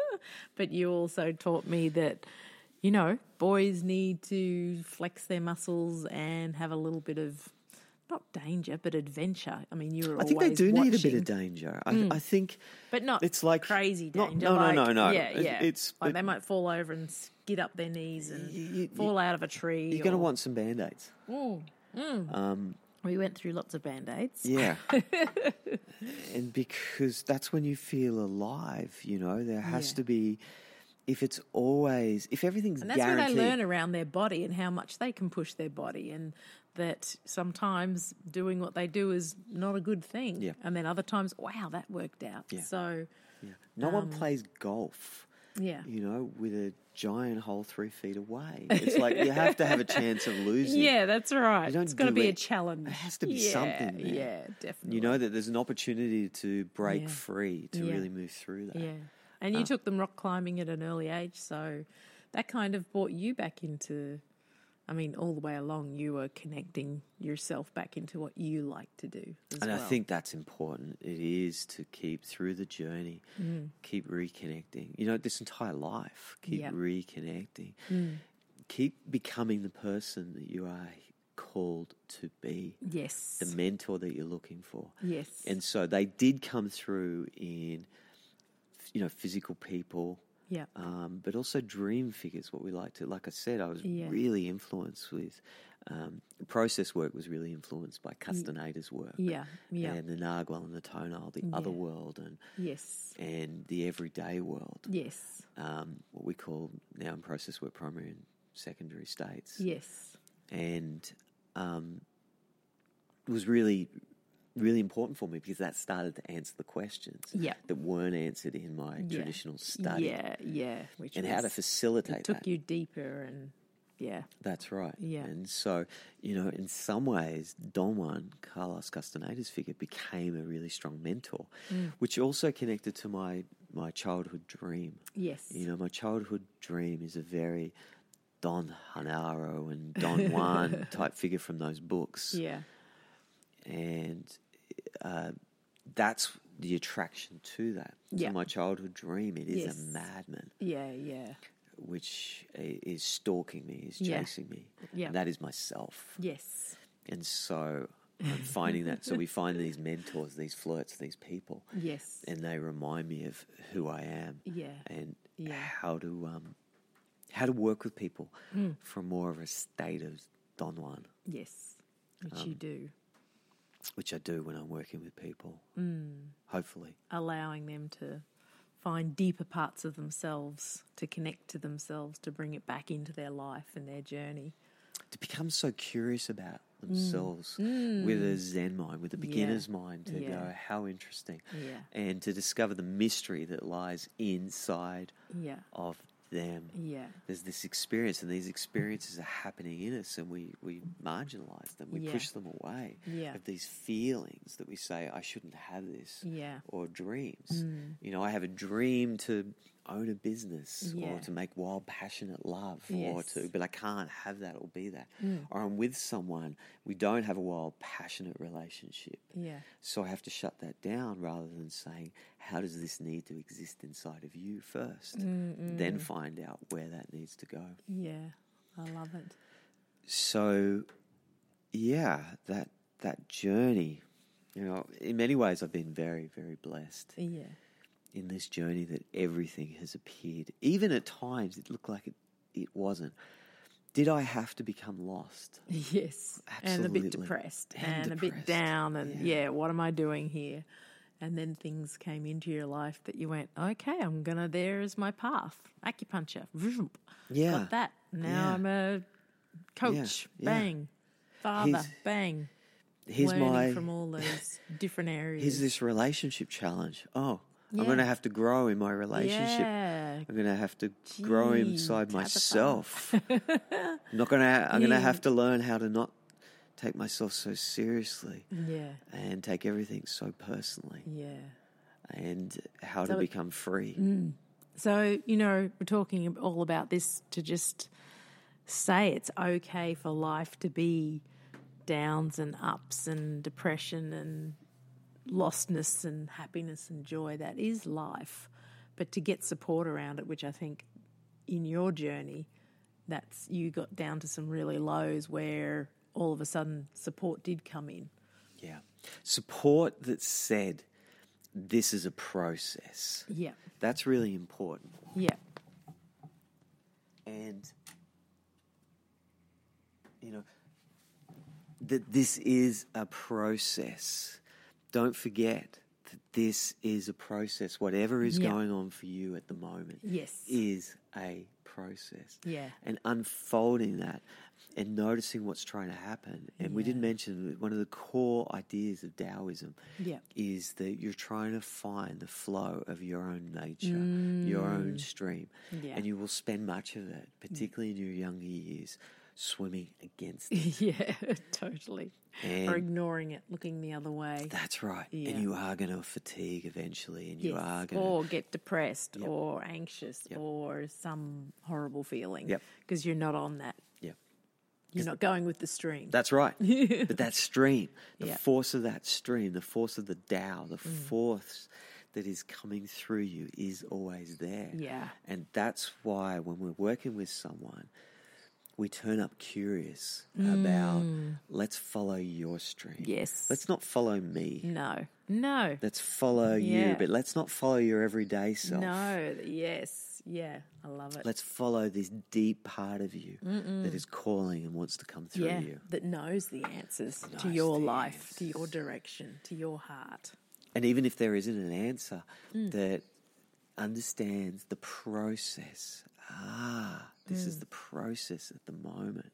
[SPEAKER 2] but you also taught me that. You know, boys need to flex their muscles and have a little bit of not danger, but adventure. I mean, you were
[SPEAKER 1] I think they
[SPEAKER 2] always
[SPEAKER 1] do need a
[SPEAKER 2] watching. Hmm.
[SPEAKER 1] bit of danger. I, I think,
[SPEAKER 2] But not
[SPEAKER 1] It's like-
[SPEAKER 2] crazy
[SPEAKER 1] not-
[SPEAKER 2] danger.
[SPEAKER 1] no, no,
[SPEAKER 2] like,
[SPEAKER 1] no, no.
[SPEAKER 2] Yeah,
[SPEAKER 1] It-
[SPEAKER 2] yeah.
[SPEAKER 1] it's-
[SPEAKER 2] like
[SPEAKER 1] it-
[SPEAKER 2] they might fall over and skid up their knees and
[SPEAKER 1] you-
[SPEAKER 2] fall out of a tree.
[SPEAKER 1] You're going to
[SPEAKER 2] or-
[SPEAKER 1] want some band aids.
[SPEAKER 2] We went through lots of band aids.
[SPEAKER 1] Yeah. and because that's when you feel alive, you know, there has
[SPEAKER 2] Yeah.
[SPEAKER 1] to be, if it's always, if everything's
[SPEAKER 2] And that's where
[SPEAKER 1] guaranteed.
[SPEAKER 2] they learn around their body and how much they can push their body, and that sometimes doing what they do is not a good thing.
[SPEAKER 1] Yeah.
[SPEAKER 2] And then other times, wow, that worked out. So,
[SPEAKER 1] no one
[SPEAKER 2] um,
[SPEAKER 1] plays golf,
[SPEAKER 2] yeah.
[SPEAKER 1] you know, with a giant hole three feet away. It's like you have to have a chance of losing.
[SPEAKER 2] Yeah, that's right.
[SPEAKER 1] don't
[SPEAKER 2] It's got to
[SPEAKER 1] do
[SPEAKER 2] be a
[SPEAKER 1] it.
[SPEAKER 2] challenge.
[SPEAKER 1] It has to be
[SPEAKER 2] Yeah,
[SPEAKER 1] something there.
[SPEAKER 2] Yeah, definitely.
[SPEAKER 1] You know that there's an opportunity to break
[SPEAKER 2] Yeah.
[SPEAKER 1] free, to
[SPEAKER 2] Yeah.
[SPEAKER 1] really move through that.
[SPEAKER 2] Yeah. And
[SPEAKER 1] Uh.
[SPEAKER 2] you took them rock climbing at an early age, so that kind of brought you back into I mean, all the way along you were connecting yourself back into what you like to do. As
[SPEAKER 1] And
[SPEAKER 2] well.
[SPEAKER 1] I think that's important. It is to keep through the journey,
[SPEAKER 2] Mm.
[SPEAKER 1] keep reconnecting. You know, this entire life, keep
[SPEAKER 2] Yep. Mm.
[SPEAKER 1] reconnecting. Keep becoming the person that you are called to be,
[SPEAKER 2] Yes.
[SPEAKER 1] the mentor that you're looking for.
[SPEAKER 2] yes.
[SPEAKER 1] And so they did come through in, you know, physical people,
[SPEAKER 2] yeah.
[SPEAKER 1] um, but also dream figures. What we like to, like I said, I was
[SPEAKER 2] Yeah.
[SPEAKER 1] really influenced with um, process work. Was really influenced by Castaneda's work,
[SPEAKER 2] Yeah. Yeah.
[SPEAKER 1] and the Narwhal and the Tonal, the other world, and
[SPEAKER 2] yes.
[SPEAKER 1] and the everyday world.
[SPEAKER 2] Yes.
[SPEAKER 1] Um, what we call now in process work primary and secondary states,
[SPEAKER 2] Yes.
[SPEAKER 1] and um, it was really. Really important for me because that started to answer the questions
[SPEAKER 2] Yeah.
[SPEAKER 1] that weren't answered in my
[SPEAKER 2] Yeah.
[SPEAKER 1] traditional study
[SPEAKER 2] Yeah, yeah. Which
[SPEAKER 1] and how to
[SPEAKER 2] was-
[SPEAKER 1] facilitate
[SPEAKER 2] took
[SPEAKER 1] that.
[SPEAKER 2] you deeper and yeah.
[SPEAKER 1] That's right.
[SPEAKER 2] Yeah.
[SPEAKER 1] And so, you know, in some ways, Don Juan, Carlos Castaneda's figure, became a really strong mentor,
[SPEAKER 2] Mm.
[SPEAKER 1] which also connected to my, my childhood dream.
[SPEAKER 2] Yes.
[SPEAKER 1] You know, my childhood dream is a very Don Hanaro and Don Juan type figure from those books.
[SPEAKER 2] Yeah.
[SPEAKER 1] And uh, that's the attraction to that.
[SPEAKER 2] Yeah.
[SPEAKER 1] To my childhood dream. It is
[SPEAKER 2] Yes.
[SPEAKER 1] a madman,
[SPEAKER 2] Yeah. Yeah.
[SPEAKER 1] which i- is stalking me, is
[SPEAKER 2] Yeah.
[SPEAKER 1] chasing me.
[SPEAKER 2] Yeah.
[SPEAKER 1] And that is myself.
[SPEAKER 2] Yes.
[SPEAKER 1] And so I'm finding that. So we find these mentors, these flirts, these people.
[SPEAKER 2] Yes.
[SPEAKER 1] And they remind me of who I am.
[SPEAKER 2] Yeah.
[SPEAKER 1] And
[SPEAKER 2] Yeah.
[SPEAKER 1] how to um, how to work with people
[SPEAKER 2] Hmm.
[SPEAKER 1] from more of a state of Don Juan,
[SPEAKER 2] yes. Which
[SPEAKER 1] um,
[SPEAKER 2] you do.
[SPEAKER 1] which I do when I'm working with people.
[SPEAKER 2] Hmm.
[SPEAKER 1] Hopefully.
[SPEAKER 2] Allowing them to find deeper parts of themselves, to connect to themselves, to bring it back into their life and their journey.
[SPEAKER 1] To become so curious about
[SPEAKER 2] Hmm.
[SPEAKER 1] themselves with a Zen mind, with a beginner's mind, to
[SPEAKER 2] Yeah.
[SPEAKER 1] go, how interesting.
[SPEAKER 2] Yeah.
[SPEAKER 1] And to discover the mystery that lies inside
[SPEAKER 2] Yeah.
[SPEAKER 1] of them.
[SPEAKER 2] Yeah.
[SPEAKER 1] There's this experience, and these experiences are happening in us, and we, we marginalize them, we
[SPEAKER 2] Yeah.
[SPEAKER 1] push them away.
[SPEAKER 2] Yeah.
[SPEAKER 1] Of these feelings that we say, I shouldn't have this,
[SPEAKER 2] Yeah. Mm.
[SPEAKER 1] or dreams. You know, I have a dream to own a business,
[SPEAKER 2] Yeah.
[SPEAKER 1] or to make wild, passionate love, or
[SPEAKER 2] Yes. Mm.
[SPEAKER 1] to, but I can't have that or be that. Or I'm with someone, we don't have a wild, passionate relationship.
[SPEAKER 2] Yeah.
[SPEAKER 1] So I have to shut that down rather than saying, how does this need to exist inside of you 1st Then find out where that needs to go.
[SPEAKER 2] Yeah. I love it.
[SPEAKER 1] So, yeah, that that journey, you know, in many ways, I've been very, very blessed
[SPEAKER 2] Yeah.
[SPEAKER 1] in this journey that everything has appeared. Even at times, it looked like it, it wasn't. Did I have to become lost?
[SPEAKER 2] Yes. And a bit
[SPEAKER 1] Absolutely.
[SPEAKER 2] depressed and,
[SPEAKER 1] And
[SPEAKER 2] a bit
[SPEAKER 1] depressed.
[SPEAKER 2] down and yeah. what am I doing here? And then things came into your life that you went, okay, I'm gonna. There is my path. Acupuncture. Vroom.
[SPEAKER 1] Yeah.
[SPEAKER 2] Got that. Now
[SPEAKER 1] Yeah.
[SPEAKER 2] I'm a coach.
[SPEAKER 1] yeah.
[SPEAKER 2] Bang. Father.
[SPEAKER 1] Here's-
[SPEAKER 2] bang.
[SPEAKER 1] Here's
[SPEAKER 2] Learning
[SPEAKER 1] my
[SPEAKER 2] from all those different areas.
[SPEAKER 1] here's this relationship challenge. Oh, I'm
[SPEAKER 2] Yeah.
[SPEAKER 1] going to have to grow in my relationship.
[SPEAKER 2] Yeah.
[SPEAKER 1] I'm going to have to grow
[SPEAKER 2] Gee,
[SPEAKER 1] inside
[SPEAKER 2] Tabitha.
[SPEAKER 1] myself. I'm not going to. I'm going
[SPEAKER 2] Yeah.
[SPEAKER 1] to have to learn how to not take myself so seriously
[SPEAKER 2] Yeah.
[SPEAKER 1] and take everything so personally,
[SPEAKER 2] Yeah.
[SPEAKER 1] and how to become free.
[SPEAKER 2] Mm. So, you know, we're talking all about this to just say it's okay for life to be downs and ups and depression and lostness and happiness and joy. That is life. But to get support around it, which I think in your journey, that's you got down to some really lows where all of a sudden support did come in.
[SPEAKER 1] Yeah, support that said, "This is a process."
[SPEAKER 2] Yeah.
[SPEAKER 1] That's really important.
[SPEAKER 2] Yeah.
[SPEAKER 1] and you know that this is a process don't forget that this is a process whatever is
[SPEAKER 2] Yeah.
[SPEAKER 1] going on for you at the moment
[SPEAKER 2] Yes.
[SPEAKER 1] is a process
[SPEAKER 2] Yeah.
[SPEAKER 1] and unfolding that and noticing what's trying to happen and we did mention that one of the core ideas of taoism
[SPEAKER 2] Yeah.
[SPEAKER 1] is that you're trying to find the flow of your own nature, your own stream.
[SPEAKER 2] Mm. Yeah.
[SPEAKER 1] And you will spend much of it, particularly in your younger years, swimming against it.
[SPEAKER 2] Yeah, totally. or
[SPEAKER 1] And-
[SPEAKER 2] ignoring it, looking the other way.
[SPEAKER 1] That's right.
[SPEAKER 2] Yeah.
[SPEAKER 1] And you are going to fatigue eventually, and you
[SPEAKER 2] Yes, Oh.
[SPEAKER 1] are going
[SPEAKER 2] or get depressed or anxious or some horrible feeling
[SPEAKER 1] Yep.
[SPEAKER 2] because you're not on that.
[SPEAKER 1] to. Yeah.
[SPEAKER 2] You're not going with the stream.
[SPEAKER 1] That's right. but that stream, the
[SPEAKER 2] Yeah. Mm.
[SPEAKER 1] force of that stream, the force of the Tao, the force that is coming through you is always there.
[SPEAKER 2] Yeah.
[SPEAKER 1] And that's why when we're working with someone, we turn up curious about let's follow your stream.
[SPEAKER 2] Mm. Yes.
[SPEAKER 1] Let's not follow me.
[SPEAKER 2] no. No.
[SPEAKER 1] Let's follow
[SPEAKER 2] Yeah.
[SPEAKER 1] you, but let's not follow your everyday self.
[SPEAKER 2] No. Yes. Yeah. I love it.
[SPEAKER 1] Let's follow this deep part of you that is calling and wants to come through
[SPEAKER 2] yeah.
[SPEAKER 1] you.
[SPEAKER 2] That knows the answers to
[SPEAKER 1] Knows
[SPEAKER 2] your
[SPEAKER 1] the
[SPEAKER 2] life, to your direction, to your heart.
[SPEAKER 1] and even if there isn't an answer that understands the process ah this is the process at the moment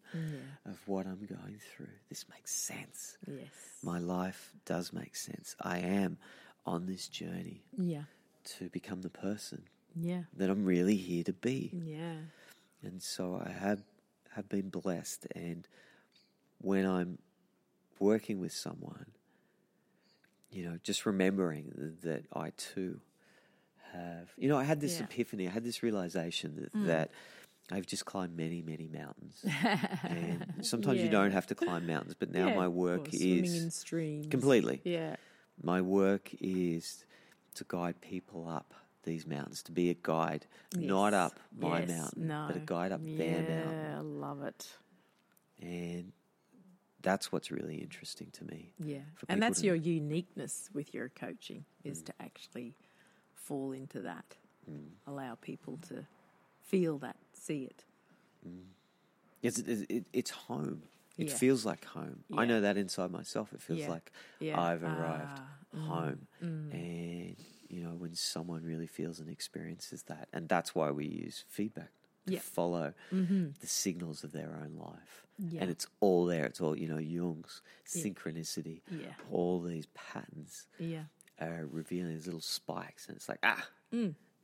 [SPEAKER 1] of what i'm going through this makes sense
[SPEAKER 2] Yes.
[SPEAKER 1] my life does make sense i am on this journey
[SPEAKER 2] Yeah.
[SPEAKER 1] to become the person
[SPEAKER 2] Yeah.
[SPEAKER 1] that i'm really here to be
[SPEAKER 2] Yeah.
[SPEAKER 1] and so I have have been blessed. And when I'm working with someone, you know, just remembering th- that I too have, you know, I had this
[SPEAKER 2] Yeah. Mm.
[SPEAKER 1] epiphany, I had this realization that, that I've just climbed many, many mountains. and sometimes you don't have to climb mountains, but now
[SPEAKER 2] Yeah,
[SPEAKER 1] my
[SPEAKER 2] of
[SPEAKER 1] work
[SPEAKER 2] course, swimming in
[SPEAKER 1] is
[SPEAKER 2] streams.
[SPEAKER 1] completely.
[SPEAKER 2] Yeah.
[SPEAKER 1] My work is to guide people up these mountains, to be a guide, not
[SPEAKER 2] Yes.
[SPEAKER 1] up my
[SPEAKER 2] Yes.
[SPEAKER 1] mountain,
[SPEAKER 2] no.
[SPEAKER 1] but a guide up
[SPEAKER 2] yeah,
[SPEAKER 1] their mountain.
[SPEAKER 2] I love it.
[SPEAKER 1] And that's what's really interesting to me.
[SPEAKER 2] Yeah.
[SPEAKER 1] for people
[SPEAKER 2] And that's
[SPEAKER 1] to-
[SPEAKER 2] your uniqueness with your coaching is to actually fall into that,
[SPEAKER 1] Mm.
[SPEAKER 2] allow people to feel that, see it.
[SPEAKER 1] It's, it, it, it's home. It
[SPEAKER 2] Yeah.
[SPEAKER 1] feels like home. I
[SPEAKER 2] Yeah.
[SPEAKER 1] know that inside myself. It feels
[SPEAKER 2] Yeah.
[SPEAKER 1] like
[SPEAKER 2] Yeah.
[SPEAKER 1] I've arrived
[SPEAKER 2] Ah, mm.
[SPEAKER 1] home. And, you know, when someone really feels and experiences that, and that's why we use feedback to
[SPEAKER 2] Yeah. Mm-hmm.
[SPEAKER 1] follow the signals of their own life.
[SPEAKER 2] Yeah.
[SPEAKER 1] And it's all there. It's all, you know, Jung's synchronicity,
[SPEAKER 2] Yeah.
[SPEAKER 1] all these patterns
[SPEAKER 2] Yeah.
[SPEAKER 1] are revealing these little spikes. And it's like, ah,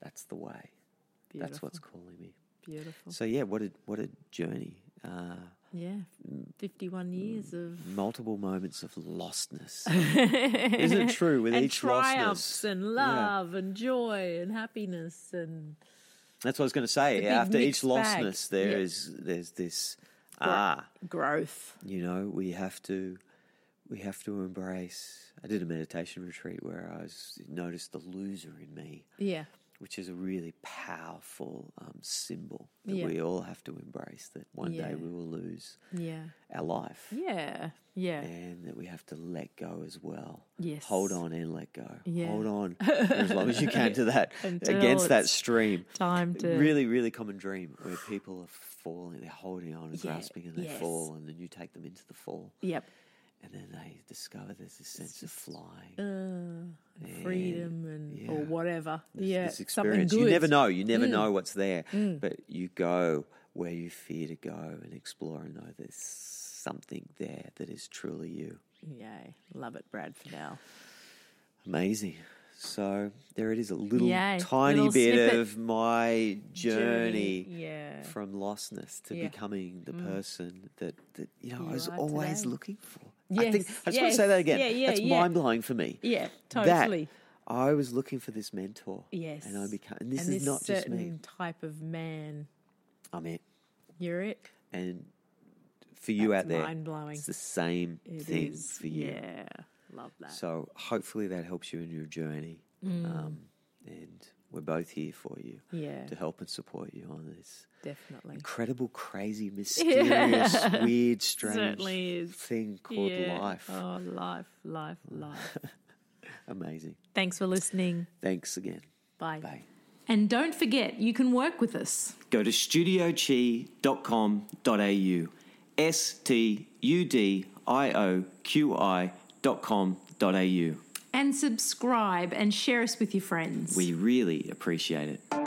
[SPEAKER 1] that's the way.
[SPEAKER 2] Mm. Beautiful.
[SPEAKER 1] That's what's calling me.
[SPEAKER 2] beautiful.
[SPEAKER 1] So, yeah, what a, what a journey. Uh,
[SPEAKER 2] Yeah.
[SPEAKER 1] Mm.
[SPEAKER 2] 51 years of
[SPEAKER 1] multiple moments of lostness. Isn't it true with
[SPEAKER 2] and
[SPEAKER 1] each
[SPEAKER 2] triumphs
[SPEAKER 1] lostness?
[SPEAKER 2] and
[SPEAKER 1] Yeah.
[SPEAKER 2] love and joy and happiness and
[SPEAKER 1] That's what I was going to say.
[SPEAKER 2] big
[SPEAKER 1] After each
[SPEAKER 2] mixed bag.
[SPEAKER 1] lostness, there
[SPEAKER 2] Yeah.
[SPEAKER 1] is there's this ah,
[SPEAKER 2] growth.
[SPEAKER 1] you know, we have to we have to embrace. I did a meditation retreat where I was noticed the loser in me,
[SPEAKER 2] Yeah.
[SPEAKER 1] which is a really powerful um, symbol that
[SPEAKER 2] Yeah.
[SPEAKER 1] we all have to embrace. That one
[SPEAKER 2] Yeah.
[SPEAKER 1] day we will lose
[SPEAKER 2] Yeah.
[SPEAKER 1] our life.
[SPEAKER 2] Yeah. Yeah.
[SPEAKER 1] and that we have to let go as well.
[SPEAKER 2] Yes.
[SPEAKER 1] Hold on and let go.
[SPEAKER 2] Yeah.
[SPEAKER 1] Hold on for as long as you can to that
[SPEAKER 2] Until
[SPEAKER 1] against that
[SPEAKER 2] it's
[SPEAKER 1] stream.
[SPEAKER 2] Time to
[SPEAKER 1] Really, really common dream where people are falling, they're holding on and
[SPEAKER 2] Yeah,
[SPEAKER 1] grasping and they
[SPEAKER 2] yes.
[SPEAKER 1] fall, and then you take them into the fall,
[SPEAKER 2] Yep.
[SPEAKER 1] and then they discover there's this sense of flying.
[SPEAKER 2] uh, Freedom and or
[SPEAKER 1] yeah.
[SPEAKER 2] whatever.
[SPEAKER 1] This-
[SPEAKER 2] yeah.
[SPEAKER 1] this
[SPEAKER 2] something
[SPEAKER 1] experience.
[SPEAKER 2] good. Mm.
[SPEAKER 1] You never know. You never know what's there, but you go where you fear to go and explore and know there's something there that is truly you.
[SPEAKER 2] Yay. Love it, Brad Fidel.
[SPEAKER 1] Amazing. So there it is, a little
[SPEAKER 2] Yay,
[SPEAKER 1] tiny
[SPEAKER 2] little
[SPEAKER 1] bit
[SPEAKER 2] snippet.
[SPEAKER 1] of my journey,
[SPEAKER 2] Yeah.
[SPEAKER 1] from lostness to
[SPEAKER 2] Yeah. Mm.
[SPEAKER 1] becoming the person that, that you know
[SPEAKER 2] You
[SPEAKER 1] I was
[SPEAKER 2] are
[SPEAKER 1] always
[SPEAKER 2] today.
[SPEAKER 1] looking for. I think
[SPEAKER 2] Yes,
[SPEAKER 1] I just want to say
[SPEAKER 2] yes,
[SPEAKER 1] that again.
[SPEAKER 2] yeah, yeah,
[SPEAKER 1] That's
[SPEAKER 2] yeah.
[SPEAKER 1] mind blowing for me.
[SPEAKER 2] Yeah,
[SPEAKER 1] That
[SPEAKER 2] totally.
[SPEAKER 1] I was looking for this mentor.
[SPEAKER 2] yes.
[SPEAKER 1] And I became and this
[SPEAKER 2] And
[SPEAKER 1] is not just
[SPEAKER 2] certain
[SPEAKER 1] me.
[SPEAKER 2] type of man.
[SPEAKER 1] I'm it.
[SPEAKER 2] You're it.
[SPEAKER 1] And for you
[SPEAKER 2] That's
[SPEAKER 1] out there
[SPEAKER 2] mind-blowing.
[SPEAKER 1] it's the same
[SPEAKER 2] It is.
[SPEAKER 1] thing for you.
[SPEAKER 2] Yeah. Love that.
[SPEAKER 1] So hopefully that helps you in your journey.
[SPEAKER 2] Mm.
[SPEAKER 1] Um, and we're both here for you
[SPEAKER 2] Yeah.
[SPEAKER 1] to help and support you on this
[SPEAKER 2] Definitely.
[SPEAKER 1] incredible, crazy, mysterious, weird, strange
[SPEAKER 2] Certainly is.
[SPEAKER 1] thing called
[SPEAKER 2] Yeah.
[SPEAKER 1] life.
[SPEAKER 2] Oh, life, life, life.
[SPEAKER 1] Amazing.
[SPEAKER 2] Thanks for listening.
[SPEAKER 1] Thanks again.
[SPEAKER 2] Bye.
[SPEAKER 1] Bye.
[SPEAKER 2] And don't forget, you can work with us.
[SPEAKER 4] Go to studiochi.com.au. S T U D I O Q I dot com dot au.
[SPEAKER 2] and subscribe and share us with your friends.
[SPEAKER 4] We really appreciate it.